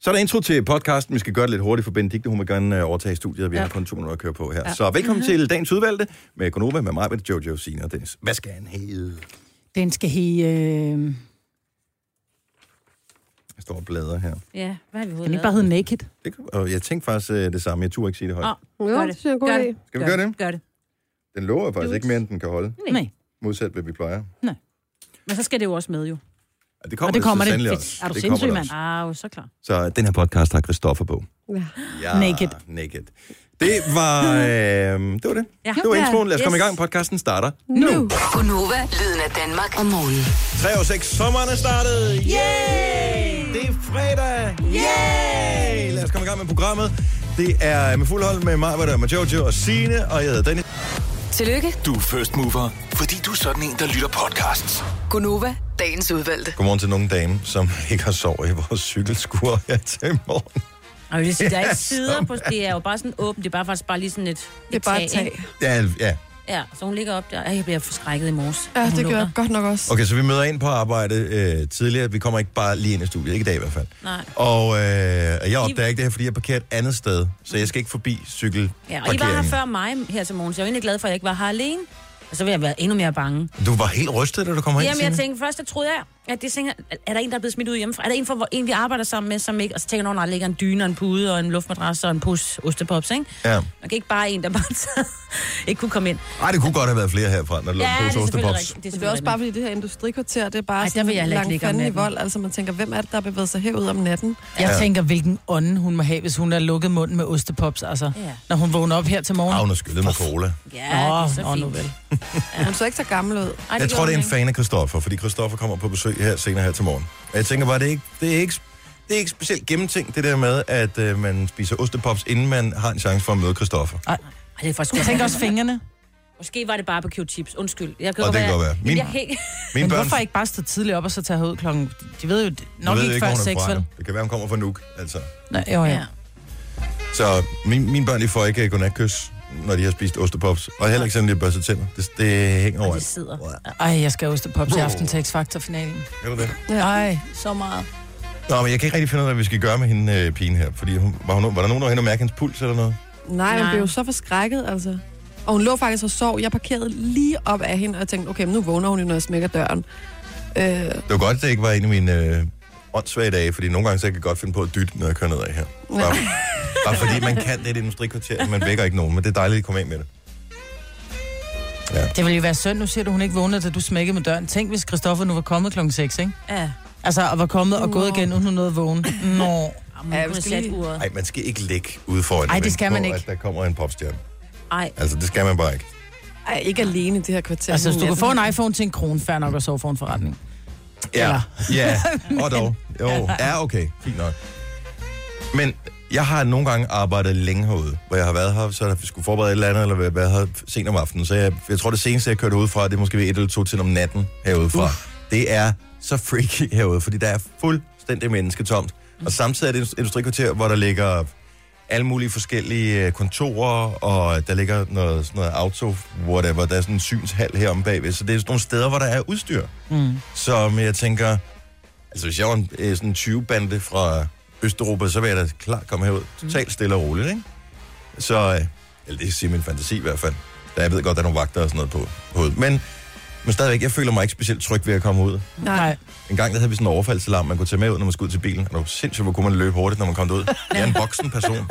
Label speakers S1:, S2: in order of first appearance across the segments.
S1: Så er der intro til podcasten. Vi skal gøre det lidt hurtigt, for Benedikte, hun vil gerne øh, overtage studiet, og vi ja.
S2: Ja.
S1: har kun to minutter at køre på her. Ja.
S2: Ja.
S1: Så velkommen til dagens udvalgte med Gonova, med mig, med Jojo, Sina og Dennis. Hvad skal han hedde?
S2: Den skal hedde... Øh...
S1: Jeg står og bladrer her.
S3: Ja, hvad har vi
S2: Den
S3: hovedet
S2: ikke bare hedde Naked.
S1: Det, kan- og jeg tænkte faktisk øh, det samme. Jeg turde ikke sige det højt.
S3: Åh,
S4: Jo,
S3: Gør
S4: det synes jeg er en god
S3: Gør
S4: idé.
S3: det.
S1: Skal vi gøre det?
S3: Gør det.
S1: Den lover jeg faktisk ikke mere, end den kan holde.
S3: Nej.
S2: Nej.
S1: Modsat, hvad vi plejer.
S3: Men så skal det jo også med, jo.
S1: Ja, det kommer
S2: Og det
S1: så
S2: kommer det.
S1: sandelig
S2: Fedt.
S1: også.
S2: Er du
S1: Det
S2: sindssyg,
S1: kommer det
S2: mand?
S1: også.
S3: Ah, jo, så klar.
S1: Så den her podcast har Christoffer på.
S4: Ja.
S1: Ja,
S2: Naked.
S1: Naked. Det var, øh, det var det.
S3: Ja.
S1: Det var introen. Lad os
S3: Yes.
S1: komme i gang. Podcasten starter.
S4: Nu!
S5: Gunova, lyden af Danmark om morgenen.
S1: 3 og 6. Sommeren er startet. Yay! Det er fredag. Yay! Lad os komme i gang med programmet. Det er med fuld hold med mig, hvor der er med Jojo og Sine og jeg hedder Dennis.
S5: Tillykke,
S6: Du er first mover, fordi du er sådan en, der lytter podcasts.
S5: Gunova, dagens udvalgte.
S1: Godmorgen til nogle dame, som ikke har sovet i vores cykelskur her til morgen.
S3: Og det vil sige, der er ikke sider på, det er jo bare sådan åbent, det er bare faktisk bare lige sådan et,
S4: Det er bare et tag.
S3: ikke?
S1: Ja, ja.
S3: Ja, så hun ligger op der. Ej, jeg bliver forskrækket i morges.
S4: Ja,
S3: Hun
S4: det gør
S3: lukker.
S4: jeg godt nok også.
S1: Okay, så vi møder ind på arbejde øh, tidligere. Vi kommer ikke bare lige ind i studiet. Ikke i dag i hvert fald.
S3: Nej.
S1: Og øh, og jeg opdager ikke det her, fordi jeg er parkeret et andet sted. Så jeg skal ikke forbi cykelparkeringen.
S3: Ja, og I var her før mig her til morgen, så jeg er egentlig glad for, at jeg ikke var her alene. Og så vil jeg være endnu mere bange.
S1: Du var helt rystet, da du kom herind,
S3: Jamen, jeg
S1: Signe.
S3: tænkte først, jeg troede jeg, at det tænker, jeg, er der en, der er blevet smidt ud hjemmefra? Er der en, for, hvor en vi arbejder sammen med, som ikke... Og så tænker jeg, når der ligger en dyne og en pude og en luftmadras og en pus ostepops, ikke?
S1: Ja.
S3: Man kan ikke bare en, der bare ikke kunne komme ind.
S1: Ej, det kunne godt have været flere herfra, når der lå
S3: Ja,
S1: en
S3: det er
S1: pose
S3: selvfølgelig
S1: ostepops.
S3: rigtigt. Det er,
S4: Det er også bare fordi det her industrikvarter, det er bare
S2: Ej,
S4: Ej,
S2: der vil jeg heller ikke
S4: sådan
S2: ligge om
S4: fanden i
S2: natten.
S4: vold. Altså man tænker, hvem er det, der har bevæget sig herud om natten?
S2: Jeg ja. tænker, hvilken ånde hun må have, hvis hun har lukket munden med ostepops, altså.
S3: Ja.
S2: Ja. Når hun vågner op her til morgen.
S1: Ah, hun er skyllet med cola.
S3: Ja, det er så
S2: nå,
S3: fint.
S2: nu vel.
S4: Hun så ikke så gammel ud.
S3: Ej,
S1: Jeg tror,
S3: gjorde
S1: det er en
S3: hun ikke.
S1: fan af Christoffer, fordi Christoffer kommer på besøg her senere her til morgen. Og jeg tænker bare, det er ikke, det er ikke, det er ikke specielt gennemtænkt, det der med, at øh, man spiser ostepops, inden man har en chance for at møde Christoffer.
S3: Ej, det er faktisk
S2: Jeg
S3: godt.
S2: tænker også fingrene.
S3: Måske var det barbecue-chips. Undskyld. Jeg kan
S1: Og
S3: godt
S1: det kan godt være.
S3: Men
S1: Min-
S3: jeg er helt...
S1: Mine
S2: Men
S1: børn
S2: hvorfor ikke bare stå tidligt op og så tage herud klokken... De ved jo det-
S1: Jeg
S2: nok
S1: ved
S2: ikke før
S1: hvor hun er
S2: seks,
S1: fra
S2: vel?
S1: nu. Det kan være, hun kommer fra Nuuk, altså.
S2: Nej, jo, ja.
S3: Ja.
S1: Så min, mine børn, de får ikke øh, godnatkys, når de har spist ostepops. Og heller ikke, selvom de har børstet tænder. Det, det hænger over.
S3: Det sidder.
S2: Ej, jeg skal have ostepops i aften til X-Factor-finalen.
S1: Er du det?
S2: Ej, så meget.
S1: Nå, men jeg kan ikke rigtig finde ud af, hvad vi skal gøre med hende, øh, pigen her. Fordi hun, var, hun, var der nogen, der var henne og mærke hendes puls eller noget?
S4: Nej, hun
S3: Nej.
S4: blev jo så forskrækket, altså. Og hun lå faktisk og sov. Jeg parkerede lige op af hende, og jeg tænkte, okay, men nu vågner hun jo, når jeg smækker døren. Øh,
S1: Det var godt, at det ikke var en af mine øh, åndssvage dage, fordi nogle gange så kan jeg godt finde på at dytte, når jeg kører nedad her. Bare, bare fordi man kan det i et industrikvarter, man vækker ikke nogen, men det er dejligt at komme af med det.
S2: Det ville jo være synd, nu siger du, hun ikke vågnede, da du smækkede med døren. Tænk, hvis Christoffer nu var kommet klokken 6, ikke?
S3: Ja.
S2: Altså, og var kommet og gået
S4: Nå.
S2: igen, uden hun nåede at vågne. Nå.
S3: Jamen,
S4: Ja,
S3: ja,
S4: jeg
S3: kunne
S4: skal
S3: sætte
S4: lige-
S3: uret.
S1: Nej, man skal ikke ligge ude foran.
S2: Ej,
S1: og
S2: det
S1: vente
S2: skal man
S1: på,
S2: ikke.
S1: At der kommer en popstjerne.
S3: Ej,
S1: Altså, det skal man bare ikke.
S4: ej, ikke alene i det her kvarter.
S2: Altså, hvis du
S4: Hun
S2: kunne få
S4: er-
S2: en iPhone til en krone, fair nok at sove for en forretning.
S1: Ja,
S2: Eller-
S1: ja. og dog. Jo, ja, okay, fint nok. Men jeg har nogle gange arbejdet længe herude, hvor jeg har været her, så har vi skulle forberede et eller andet, eller været- været her sent om aftenen. Så jeg, jeg tror, det seneste, jeg kørte ud fra, det er måske ved et eller to til om natten herude fra. Det er så freaky herude, fordi der er fuldstændig mennesketomt. Og samtidig er det et industrikvarter, hvor der ligger alle mulige forskellige øh, kontorer, og der ligger noget, sådan noget auto, whatever. Der er sådan en synshal herom bagved, så det er sådan nogle steder, hvor der er udstyr. Mm. Som jeg tænker, altså hvis jeg var en, øh, sådan en 20-bande fra Østeuropa, så ville jeg da klart komme herud. Totalt stille og roligt, ikke? Så, øh, eller det siger min fantasi i hvert fald. Der, jeg ved godt, der er nogle vagter og sådan noget på hovedet. Men, men stadigvæk, jeg føler mig ikke specielt tryg ved at komme ud.
S2: Nej.
S1: En gang der havde vi sådan en overfaldsalarm, man kunne tage med ud, når man skulle ud til bilen. Og det var sindssygt, hvor kunne man løbe hurtigt, når man kom ud. Jeg er en voksen person.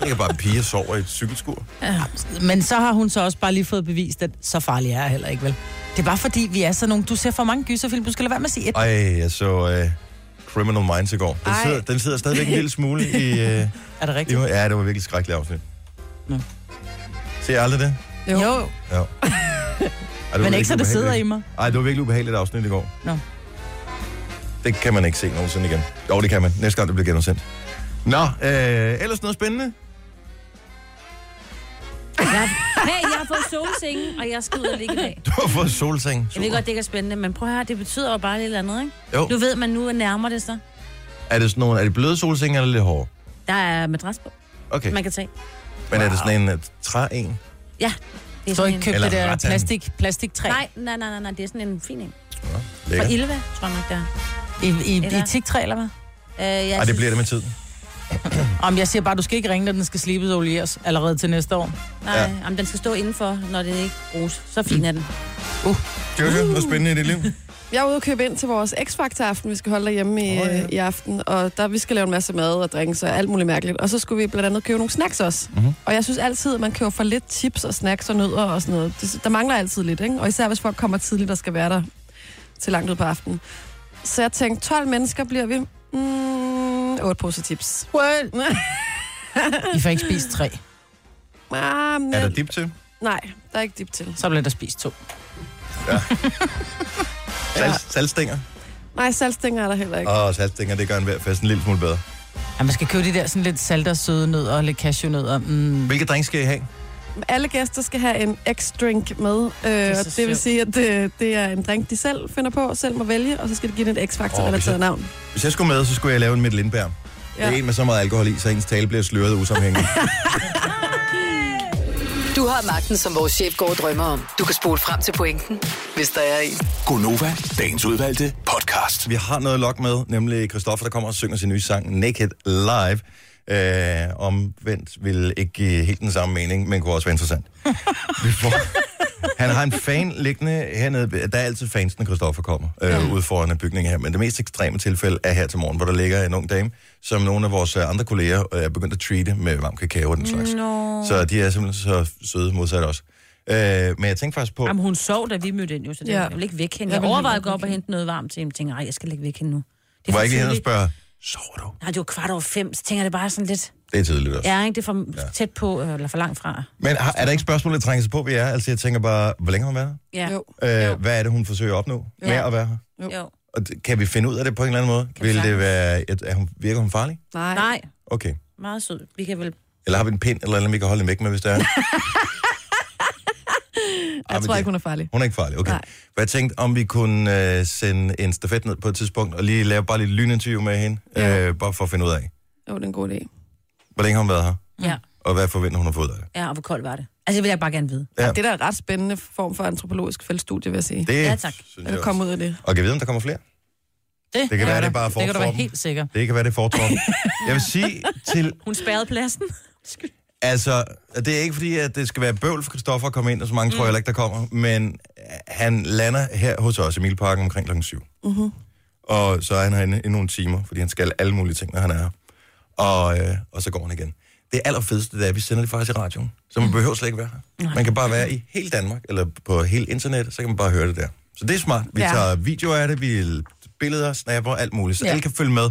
S1: Jeg kan bare en pige og sover i et cykelskur.
S2: Men så har hun så også bare lige fået bevist, at så farlig er jeg heller ikke, vel? Det er bare fordi, vi er sådan nogle... Du ser for mange gyserfilm, du skal lade være med at sige et.
S1: Ej, jeg så øh, Criminal Minds i går. Den
S4: Ej.
S1: sidder, den sidder stadigvæk en lille smule i... Øh,
S2: Er det rigtigt?
S1: i ja, det var virkelig skrækkeligt afsnit.
S2: Nå.
S1: Ser jeg aldrig det?
S4: Jo. jo.
S2: Jo,
S1: Ja. Ej,
S2: men
S1: det var virkelig
S2: ikke så det sidder i
S1: ubehageligt.
S2: mig.
S1: Ej, det var virkelig ubehageligt afsnit i går.
S2: Nå.
S1: Det kan man ikke se nogensinde igen. Jo, det kan man. Næste gang, det bliver genudsendt. Nå, øh, ellers noget spændende?
S3: jeg, hey, jeg har fået solsengen, og jeg skal ud og ligge i dag.
S1: Du har fået solseng.
S3: Jeg ved godt, det ikke er spændende, men prøv at høre, det betyder jo bare lidt eller andet, ikke?
S1: Jo.
S3: Du ved, man nu nærmer det sig.
S1: Er det sådan nogle, er det bløde solsenge eller lidt hårde?
S3: Der er madras på,
S1: Okay,
S3: man kan tage.
S1: men er det sådan en uh, træ en?
S3: Ja, det er
S2: Du har
S3: sådan
S2: ikke
S3: en...
S2: købt
S1: Eller
S2: det der
S1: rattan.
S2: plastik, plastiktræ
S3: Nej, nej, nej, nej, nej, det er sådan en fin en.
S1: Ja,
S3: Fra
S1: lækker.
S3: Ilva, tror jeg nok, der er.
S2: i, i, i
S3: Eller-
S2: teaktræ, eller hvad?
S3: Øh, jeg
S1: Ej, det bliver det med tiden.
S2: Om jeg siger bare, du skal ikke ringe, når den skal slibes og olieres allerede til næste år.
S3: Nej,
S1: Ja.
S3: ja. om den skal stå indenfor, når det ikke bruges. Så fin er den.
S1: Jojo, noget spændende i dit liv?
S4: Jeg er ude og købe ind til vores X-Factor-aften, vi skal holde derhjemme i, oh, ja. i aften. Og der, vi skal lave en masse mad og drinks og alt muligt mærkeligt. Og så skulle vi blandt andet købe nogle snacks også. Mm-hmm. Og jeg synes altid, at man køber for lidt chips og snacks og nødder og sådan noget. Det, der mangler altid lidt, ikke? Og især hvis folk kommer tidligt og skal være der til langt ud på aftenen. Så jeg tænkte, 12 mennesker bliver vi. Mm, 8 poser chips. What?
S2: I får ikke spist tre.
S4: ah, men,
S1: Er der dip til?
S4: Nej, der er ikke dip til.
S2: Så bliver der spist to.
S1: Sal- saltstænger?
S4: Nej, saltstænger er der heller ikke.
S1: Åh, saltstænger, det gør en hver fest en lille smule bedre.
S2: Ja, man skal købe de der sådan lidt salte og søde nødder og lidt cashewnødder. Mm.
S1: Hvilke drink skal I have?
S4: Alle gæster skal have en X-drink med. Øh,
S3: så
S4: og det vil
S3: sjovt.
S4: sige, at øh, det er en drink, de selv finder på, selv må vælge, og så skal de give den et
S1: Åh, hvis jeg-
S4: X-faktor-relateret navn.
S1: Hvis jeg skulle med, så skulle jeg lave en Mette Lindberg. Ja.
S4: Ja.
S1: Det er en med så meget alkohol i, så ens tale bliver sløret og usammenhængende.
S5: Du har magten, som vores chef går og drømmer om. Du kan spole frem til pointen, hvis der er en.
S6: Gonova, dagens udvalgte podcast.
S1: Vi har noget lok med, nemlig Christoffer, der kommer og synger sin nye sang Naked Live. Øh, omvendt vil ikke give helt den samme mening, men kunne også være interessant. Vi får... Han har en fan liggende hernede. ved- Der er altid fans, når Christoffer kommer øh, ude foran en bygning her. Men det mest ekstreme tilfælde er her til morgen, hvor der ligger en ung dame, som nogle af vores øh, andre kolleger øh, er begyndt at treate med varm kakao og den slags. No. Så de er simpelthen så søde modsat os. Øh, men jeg tænkte faktisk på...
S3: Jamen, hun sov, da vi mødte ind, jo, så det
S4: Ja.
S3: ja. jeg vil ikke vække hende.
S4: Jeg
S3: Jeg,
S4: vil
S3: overvejede
S4: heller
S3: at gå op og hente noget varmt til hende. Jeg tænkte, nej, jeg skal ikke vække hende nu. Det
S1: Må
S3: for
S1: jeg ikke hen og
S3: tidligt.
S1: spørge, sover du?
S3: Nej, det var kvart over fem, så tænker jeg det bare sådan lidt...
S1: Det er tidligt også.
S3: Ja, ikke? Det er for ja. tæt på, øh, eller for langt fra.
S1: Men har, er der ikke spørgsmål, der trænger sig på ved jer? Altså, jeg tænker bare, hvor længe har hun været
S3: Ja.
S4: Jo.
S1: her? Øh, hvad er det, hun forsøger at opnå med
S3: Ja.
S1: at være her?
S3: Jo. jo.
S1: Og det- kan vi finde ud af det på en eller anden måde? Kan
S3: vi
S1: Vil det
S3: sagtens.
S1: være, at, er hun, virker hun farlig?
S4: Nej.
S3: Nej,
S1: Okay.
S3: meget sød. Vi kan vel...
S1: Eller har vi en pind, eller noget, vi kan holde hende væk med, hvis det er?
S4: jeg tror ikke, hun er farlig.
S1: Hun er ikke farlig, okay. Nej.
S4: Nej.
S1: For jeg tænkte, om vi kunne øh, sende en stafet ned på et tidspunkt, og lige lave bare lidt lyninterview med hende, ja.
S4: Ja.
S1: øh, bare for at finde ud af,
S4: Jo, det er en god idé.
S1: hvor længe har hun været her,
S3: Ja.
S1: og hvad forventer hun har fået af det.
S3: ja, og hvor koldt var det? Altså, det vil jeg bare gerne vide.
S1: Ja.
S4: Ja. Det er da en ret spændende form for antropologisk feltstudie, vil jeg sige. Det,
S1: Det
S3: Ja, tak.
S1: synes jeg
S4: at
S1: også.
S4: komme ud af det.
S1: Og kan vi vide, om der kommer flere?
S2: Det,
S1: kan være,
S2: der.
S1: det er bare
S2: Det kan du
S1: forformen.
S2: være helt sikker.
S1: Det kan være, det er fortrådt. Jeg vil sige til
S3: Hun spærrede pladsen.
S1: Altså, det er ikke fordi, at det skal være bøvl for Christoffer at komme ind, og så mange mm. tror jeg heller ikke, der kommer, men øh, han lander her hos os i Milparken omkring klokken 7. Mm-hmm. Og så er han herinde i nogle timer, fordi han skal alle mulige ting, når han er her. Og, øh, og så går han igen. Det allerfedeste, det er, at vi sender det faktisk i radioen, så man behøver slet ikke være her. Man kan bare være i hele Danmark, eller på hele internettet, så kan man bare høre det der. Så det er smart. Vi ja.
S4: Ja.
S1: tager videoer af det, vi billeder, snapper, alt muligt, så ja. alle kan følge med,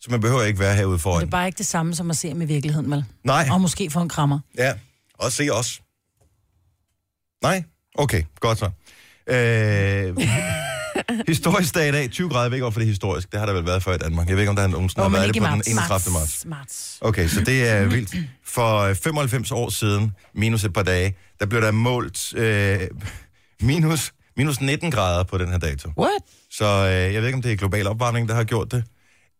S1: så man behøver ikke være herude
S2: Det
S1: foran.
S2: er bare ikke det samme, som at se ham i virkeligheden, vel?
S1: Nej.
S2: Og måske få en krammer.
S1: Ja, og se os. Nej? Okay, godt så. Øh, historisk dag i dag, 20 grader, jeg ved ikke, hvorfor det er historisk. Det har der vel været før i Danmark. Jeg ved ikke, om der er nogen, der har
S2: Åh, men
S1: været det
S2: ikke i
S1: på den
S2: marts.
S1: 31. marts.
S3: Smart.
S1: Okay, så det er vildt. For 95 år siden, minus et par dage, der blev der målt øh, minus, minus 19 grader på den her dato.
S2: What?
S1: Så øh, jeg ved ikke, om det er global opvarmning, der har gjort det,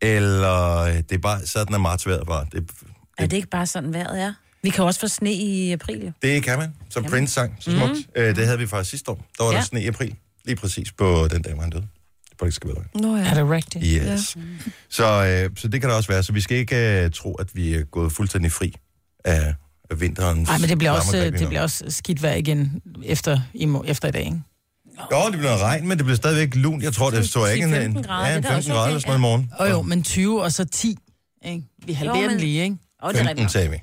S1: eller øh, det er bare sådan, at martsværet var. Det,
S3: Er det ikke bare sådan, vejret er? Vi kan også få sne i april, jo.
S1: Det kan man, som Jamen. Prince sang, så smukt. Mm. Øh, det havde vi faktisk sidste år. Der var ja. der
S3: Ja.
S1: sne i april, lige præcis på den dag, hvor han døde. Det burde ikke skal være løgn.
S4: Nå ja.
S2: Er det rigtigt?
S1: Yes. Ja. Så, øh, så det kan der også være. Så vi skal ikke øh, tro, at vi er gået fuldstændig fri af, af vinterens...
S2: Nej, men det bliver, også,
S1: varme greb
S2: øh,
S1: lige
S2: det
S1: nu.
S2: bliver også skidt vejr igen efter i, mo- efter i dag, ikke?
S1: Jo, det bliver noget regn, men det bliver stadigvæk lunt. Jeg tror, det står ikke en...
S3: 10-15 grader,
S1: Ja, en
S3: det er da
S1: 15
S3: også
S1: grader
S3: okay,
S1: eller sådan noget i morgen.
S2: Og jo, men 20 og så 10, ikke? Vi halverer
S3: Jo,
S2: den
S3: men-
S2: lige, ikke?
S3: Og det er
S1: 15
S3: rigtigt.
S1: tager vi.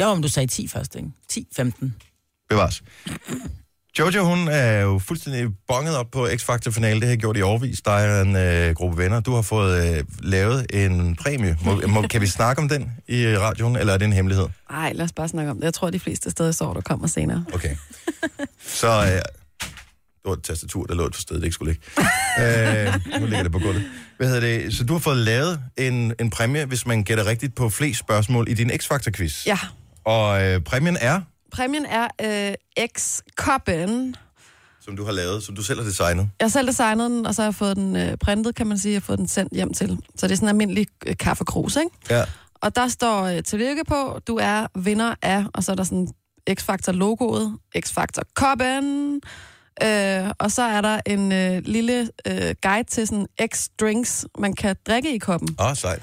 S2: Jo, om du sagde 10 først, ikke? 10, 15.
S1: Bevares. Jojo, hun er jo fuldstændig bonget op på X-Factor-finale. Det har jeg gjort i overvis. Der er en øh, gruppe venner. Du har fået øh, lavet en præmie. Må, må, kan vi snakke om den i øh, radioen, eller er det en hemmelighed?
S4: Ej, lad os bare snakke om det. Jeg tror, de fleste steder sover, der kommer senere.
S1: Okay. Så øh, det var et tastatur, der lå et sted, det ikke skulle ligge. Øh, nu ligger det på gulvet. Hvad hedder det? Så du har fået lavet en, en præmie, hvis man gætter rigtigt på flest spørgsmål i din X-Factor-quiz.
S4: Ja.
S1: Og øh, præmien er,
S4: Præmien er øh, X-koppen.
S1: som du har lavet, som du selv har designet.
S4: Jeg har selv designet den, og så har jeg fået den øh, printet, kan man sige. Jeg har fået den sendt hjem til. Så det er sådan en almindelig øh, kaffekrus, ikke?
S1: Ja.
S4: Og der står øh, tillykke på, du er vinder af, og så er der sådan X-Factor-logoet, X-Factor-koppen, Øh, og så er der en øh, lille øh, guide til sådan X-drinks, man kan drikke i koppen.
S1: Åh, oh, sejt.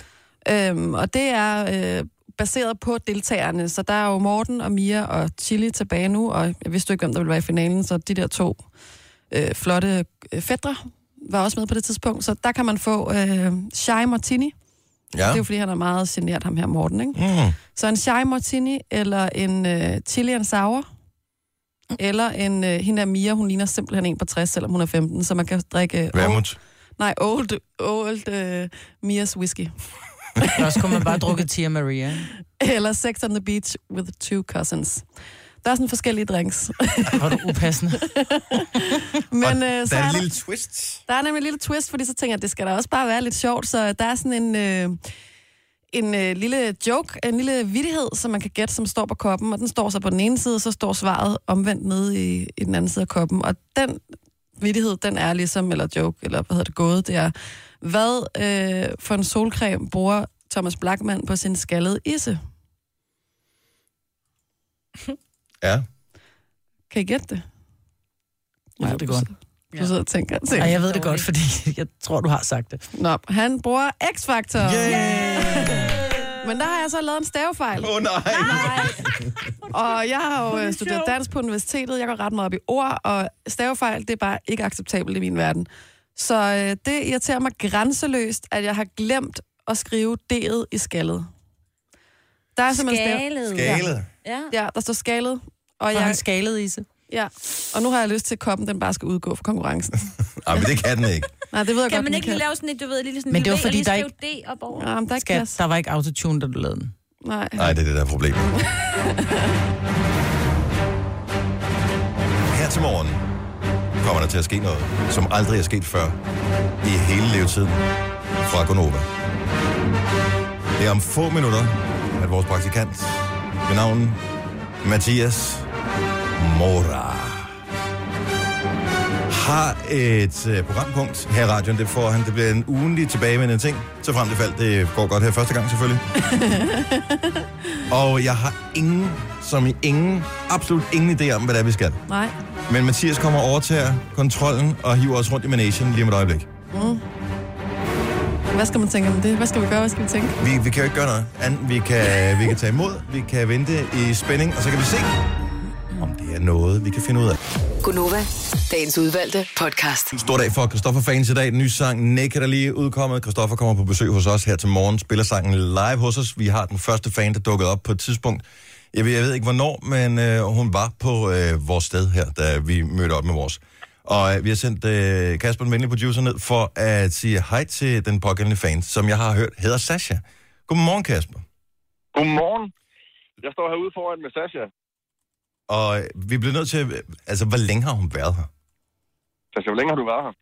S4: Øhm, og det er øh, baseret på deltagerne, så der er jo Morten og Mia og Chili tilbage nu, og jeg vidste jo ikke, hvem der ville være i finalen, så de der to øh, flotte øh, fædre var også med på det tidspunkt, så der kan man få øh, Shai Martini.
S1: Ja.
S4: Det er jo, fordi han er meget generet, ham her Morten, ikke?
S1: Mm.
S4: Så en Shai Martini, eller en øh, Chili and Sour, eller en, øh, hende er Mia, hun ligner simpelthen en på 60, selvom hun er 15, så man kan drikke... øh, Old,
S1: Vermouth.
S4: nej, old, old øh, Mias whisky.
S2: Ellers kunne man bare drukke Tia Maria.
S4: Eller Sex on the Beach with two cousins. Der er sådan forskellige drinks.
S2: Var du upassende?
S4: Men
S1: Og
S4: øh, så
S1: der er
S4: er
S1: en
S4: der,
S1: lille twist.
S4: der er nemlig en lille twist, fordi så tænker jeg, at det skal da også bare være lidt sjovt. Så der er sådan en, øh, en øh, lille joke, en lille vittighed, som man kan gætte, som står på koppen. Og den står så på den ene side, og så står svaret omvendt nede i, i den anden side af koppen. Og den vittighed, den er ligesom, eller joke, eller hvad hedder det, gåde, det er, hvad øh, for en solcreme bruger Thomas Blackman på sin skaldede isse?
S1: Ja.
S4: Kan I gætte det?
S2: Jeg ved det godt.
S4: Du sidder og tænker. tænker.
S2: Ej, jeg ved det godt, fordi jeg tror, du har sagt det.
S4: Nå, han bruger X-Factor.
S1: Yay!
S4: Men der har jeg så lavet en stavefejl.
S1: Åh, oh, nej.
S4: Og jeg har jo øh, studeret dansk på universitetet. Jeg går ret meget op i ord, og stavefejl, det er bare ikke acceptabelt i min verden. Så øh, det irriterer mig grænseløst, at jeg har glemt at skrive D'et i skaldet. Der er simpelthen stav-
S3: Skalet.
S1: Skalet.
S3: Ja.
S4: Ja, der står skaldet. Og,
S2: Og han
S4: jeg,
S2: skalede i sig.
S4: ja. og nu har jeg lyst til, at koppen den bare skal udgå fra konkurrencen.
S1: Ej, men det kan den ikke.
S4: Nej, det ved jeg
S3: Kan
S4: godt,
S3: man
S4: den
S3: ikke lige lave sådan et, du ved, lille sådan
S2: Men det
S3: lille
S2: var
S3: V,
S2: fordi,
S3: og
S2: der
S3: lige skrive D op over?
S4: Ja, men der er ikke
S2: Skat,
S4: plads.
S2: der var ikke autotune, da du lavede den.
S4: Nej.
S1: Nej, det er det, der er problemet. Her til morgen kommer der til at ske noget, som aldrig er sket før i hele levetiden fra Gonova. Det er om få minutter, at vores praktikant ved navn Mathias Mora har et øh, programpunkt her i radioen. Det får han. Det bliver en ugenlig tilbagevendende ting. Så frem til fald. Det går godt her første gang selvfølgelig. Og jeg har ingen, som i ingen, absolut ingen idé om, hvad det er, vi skal.
S4: Nej.
S1: Men Mathias kommer og overtager kontrollen og hiver os rundt i managen lige om et øjeblik.
S4: Mm. Hvad skal man tænke om det? Hvad skal vi gøre? Hvad skal vi tænke?
S1: Vi, vi kan jo ikke gøre noget andet. Vi kan, vi kan tage imod, vi kan vente i spænding, og så kan vi se, om det er noget, vi kan finde ud af.
S5: Gunova, dagens udvalgte podcast.
S1: Stor dag for Christoffer Fans i dag. Den nye sang Naked er lige udkommet. Christoffer kommer på besøg hos os her til morgen. Spiller sangen live hos os. Vi har den første fan, der dukkede op på et tidspunkt. Jeg ved, jeg ved ikke hvornår, men øh, hun var på øh, vores sted her, da vi mødte op med vores. Og øh, vi har sendt øh, Kasper, den venlige producer, ned for at sige hej til den pågældende fan, som jeg har hørt hedder Sasha. Godmorgen, Kasper.
S7: Godmorgen. Jeg står herude foran med Sasha.
S1: Og øh, vi bliver nødt til at... Altså, hvor længe har hun været her?
S7: Sasha, hvor længe har du været her?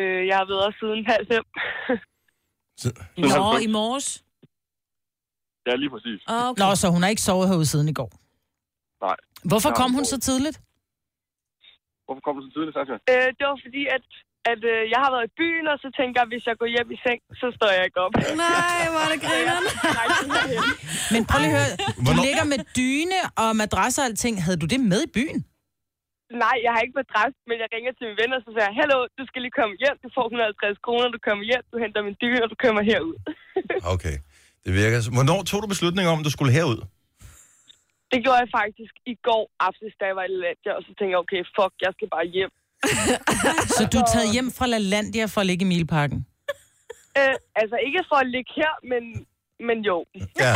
S8: Øh, jeg har været her siden halv fem.
S3: Nå, i morges.
S7: Ja, lige præcis.
S4: Ah,
S3: Åh, Okay.
S2: Nå, så hun har ikke sovet herude siden i går.
S7: Nej.
S2: Hvorfor
S7: Nej,
S2: kom hun
S7: overhovedet.
S2: så tidligt?
S7: Hvorfor kom du så tidligt, Sasha?
S8: Øh, det var fordi, at, at øh, jeg har været i byen, og så tænker jeg, at hvis jeg går hjem i seng, så står jeg ikke op.
S4: Nej, hvor er det grineren.
S8: Nej, det er helt-
S2: Men prøv lige at høre, du
S1: Hvornår-
S2: ligger med dyne og madrasser og alting. Havde du det med i byen?
S8: Nej, jeg har ikke været dræbt, men jeg ringer til min venner, og så siger jeg, Hallo, du skal lige komme hjem, du får 150 kroner, du kommer hjem, du henter min dyne, og du kommer herud.
S1: Okay, det virker... som- Hvornår tog du beslutningen om, at du skulle herud?
S8: Det gjorde jeg faktisk i går aftes, da jeg var i Lalandia, og så tænkte jeg, okay, fuck, jeg skal bare hjem.
S2: Så du er taget hjem fra LaLandia for at ligge i Milparken?
S8: Øh, altså ikke for at ligge her, men, men jo.
S1: Ja.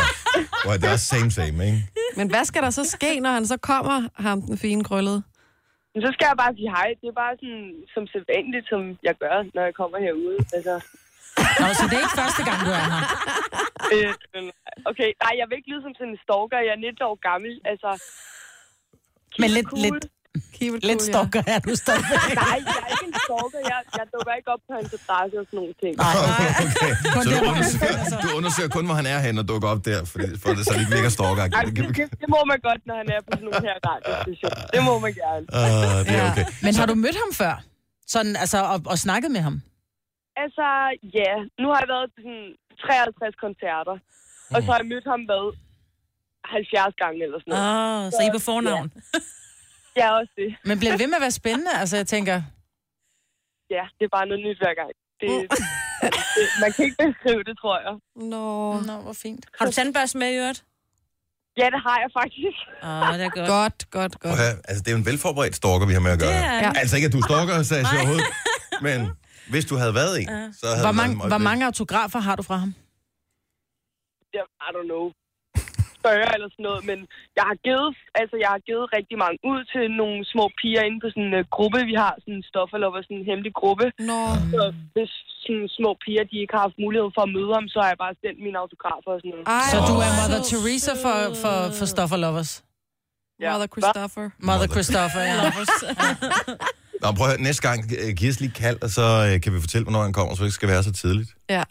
S1: Well, det er også same same, ikke?
S4: Men hvad skal der så ske, når han så kommer, ham den fine krøllede?
S8: Men så skal jeg bare sige hej. Det er bare sådan, som sædvanligt, som jeg gør, når jeg kommer herude. Altså,
S2: Nå, så det er ikke første gang, du er her.
S8: Øh, okay, nej, jeg vil ikke lyde som sådan en stalker. Jeg er 19 år gammel, altså... Keep
S2: Men
S8: it
S2: lidt, lidt,
S4: Keep it
S2: lidt
S4: cool, ja.
S2: stalker er du stadigvæk.
S8: Nej, jeg er ikke en stalker. Jeg, jeg dukker ikke op på hans adresse og sådan nogle ting.
S2: Nej, nej.
S1: Okay.
S2: Kun
S1: Så
S2: der,
S1: du
S2: hvor han befinder
S1: undersøger,
S2: sig.
S1: du undersøger kun, hvor han er henne og dukker op der, for, det, for det, så det ikke virker
S8: Ej,
S1: stalkeragtigt.
S8: det, det, det, må man godt, når han er på sådan nogle her radiostationer. Det må man gerne.
S1: Uh, det er okay.
S2: Men har du mødt ham før? Sådan, altså, og, og snakket med ham?
S8: Altså, ja. Nu har jeg været til sådan 53 koncerter. Og så har
S2: Ah,
S8: jeg mødt ham, hvad? 70 gange eller sådan noget.
S3: Åh, så I er på fornavn.
S8: Jeg er også det.
S2: Men bliver det ved med at være spændende? Altså, jeg tænker,
S8: Ja, det er bare noget nyt hver gang. Det, det, man kan ikke beskrive det, tror jeg.
S4: Nå.
S2: nå, hvor fint.
S3: Har du tandbørsten med i øvrigt?
S8: Ja, det har jeg faktisk.
S3: Åh, oh, det er godt.
S4: Godt, godt, godt.
S1: Ja, altså, det er jo en velforberedt stalker, vi har med at gøre.
S3: Det er
S1: her. Altså ikke, at du stalker, Sasha, overhovedet. Men hvis du havde været en, så havde
S2: Hvor
S1: man
S2: mange,
S1: måttet-
S2: hvor mange autografer har du fra ham?
S8: Jeg, I don't know. 40 eller sådan noget, men jeg har givet, altså jeg har givet rigtig mange ud til nogle små piger inde på sådan en uh, gruppe, vi har, sådan en stofferlover, sådan en hemmelig gruppe.
S4: Nå.
S8: Så hvis sådan små piger, de ikke har haft mulighed for at møde ham, så har jeg bare sendt mine autografer og sådan noget.
S4: Ej,
S2: Så du er
S4: hvor
S2: Mother
S4: sød.
S2: Teresa for, for, for Stoffer Lovers.
S8: Ja.
S4: Mother Christopher.
S2: Mother Christopher, ja.
S1: Nå, prøv at høre, næste gang øh, giv os lige et kald, og så øh, kan vi fortælle, hvornår han kommer, så det ikke skal være så tidligt.
S4: Ja.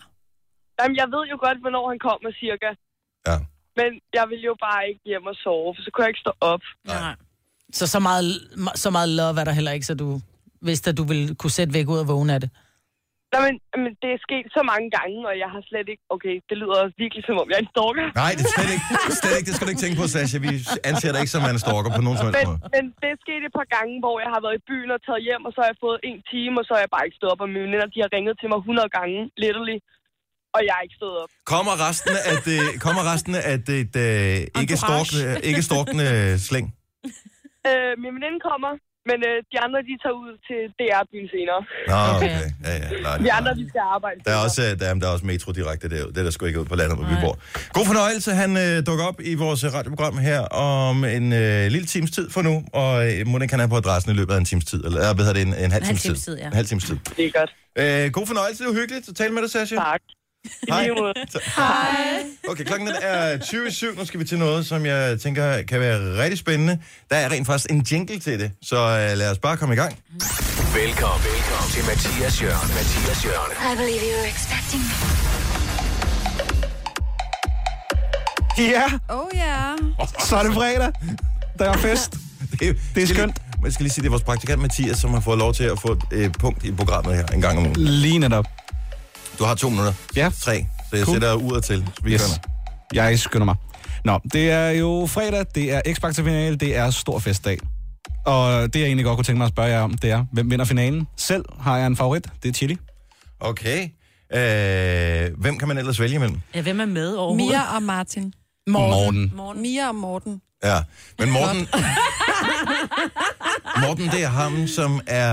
S8: Jamen, jeg ved jo godt, hvornår han kommer cirka.
S1: Ja.
S8: Men jeg vil jo bare ikke hjem og sove, for så kunne jeg ikke stå op.
S2: Nej. Så så meget, så meget love er der heller ikke, så du vidste, at du ville kunne sætte væk ud og vågne af det.
S8: Nå, men, men det er sket så mange gange, og jeg har slet ikke... Okay, det lyder også virkelig, som om jeg er en stalker.
S1: Nej, det er slet ikke, slet ikke, det skal du ikke tænke på, Sasha. Vi anser dig ikke som en stalker på nogen som helst
S8: Men,
S1: måde.
S8: men det er sket et par gange, hvor jeg har været i byen og taget hjem, og så har jeg fået en time, og så har jeg bare ikke stået op. Og mine veninder, de har ringet til mig 100 gange, literally, og jeg er ikke stået op.
S1: Kommer resten af, det, kommer resten af det, det ikke,
S3: Entourage.
S1: stalkende, ikke stalkende slæng?
S8: Øh, min veninde kommer, men øh, de andre, de tager ud til DR-byen senere.
S1: Nå, okay. Ja, ja, nej,
S8: De
S1: nej.
S8: andre, de skal arbejde
S1: Der er
S8: senere.
S1: også, øh, der, er- der er også metro direkte derud. Det er der sgu ikke ud på landet, hvor vi bor. God fornøjelse. Han øh, dukker op i vores øh, radioprogram her om en øh, lille times tid for nu. Og øh, Monika kan have på adressen i løbet af en times tid. Eller øh, hvad hedder det? En, en halv times tid.
S3: times tid, ja.
S1: En halv times tid.
S8: Det er godt.
S1: Øh, god fornøjelse. Det var hyggeligt at tale med dig, Sasha.
S8: Tak. I
S1: Hej.
S8: lige måde.
S1: Okay, klokken den er 20.07. Nu skal vi til noget, som jeg tænker kan være rigtig spændende. Der er rent faktisk en jingle til det. Så øh, lad os bare komme i gang.
S6: Velkommen, velkommen til Mathias Jørgen. Mathias Jørgen.
S9: I believe you were expecting me.
S10: Ja,
S4: Oh ja.
S10: så er det fredag. Der er fest.
S1: Det er,
S10: Det er
S1: skal
S10: skønt.
S1: Lige, jeg skal lige sige, det er vores praktikant Mathias, som har fået lov til at få et øh, punkt i programmet her en gang om ugen.
S10: Lige netop.
S1: Du har to minutter.
S10: Ja.
S1: Tre. Så jeg cool.
S10: Cool.
S1: sætter uret til. Så vi
S10: Yes.
S1: begynder.
S10: Jeg skynder mig. Nå, det er jo fredag, det er x factor finale det er stor festdag. Og det jeg egentlig godt kunne tænke mig at spørge jer om, det er, hvem vinder finalen? Selv har jeg en favorit, det er Chili.
S1: Okay. Øh, hvem kan man ellers vælge imellem?
S3: Ja, hvem er med overhovedet?
S4: Mia og Martin.
S10: Morten.
S4: Mia og Morten.
S1: Ja, men Morten... Morten, det er ham, som er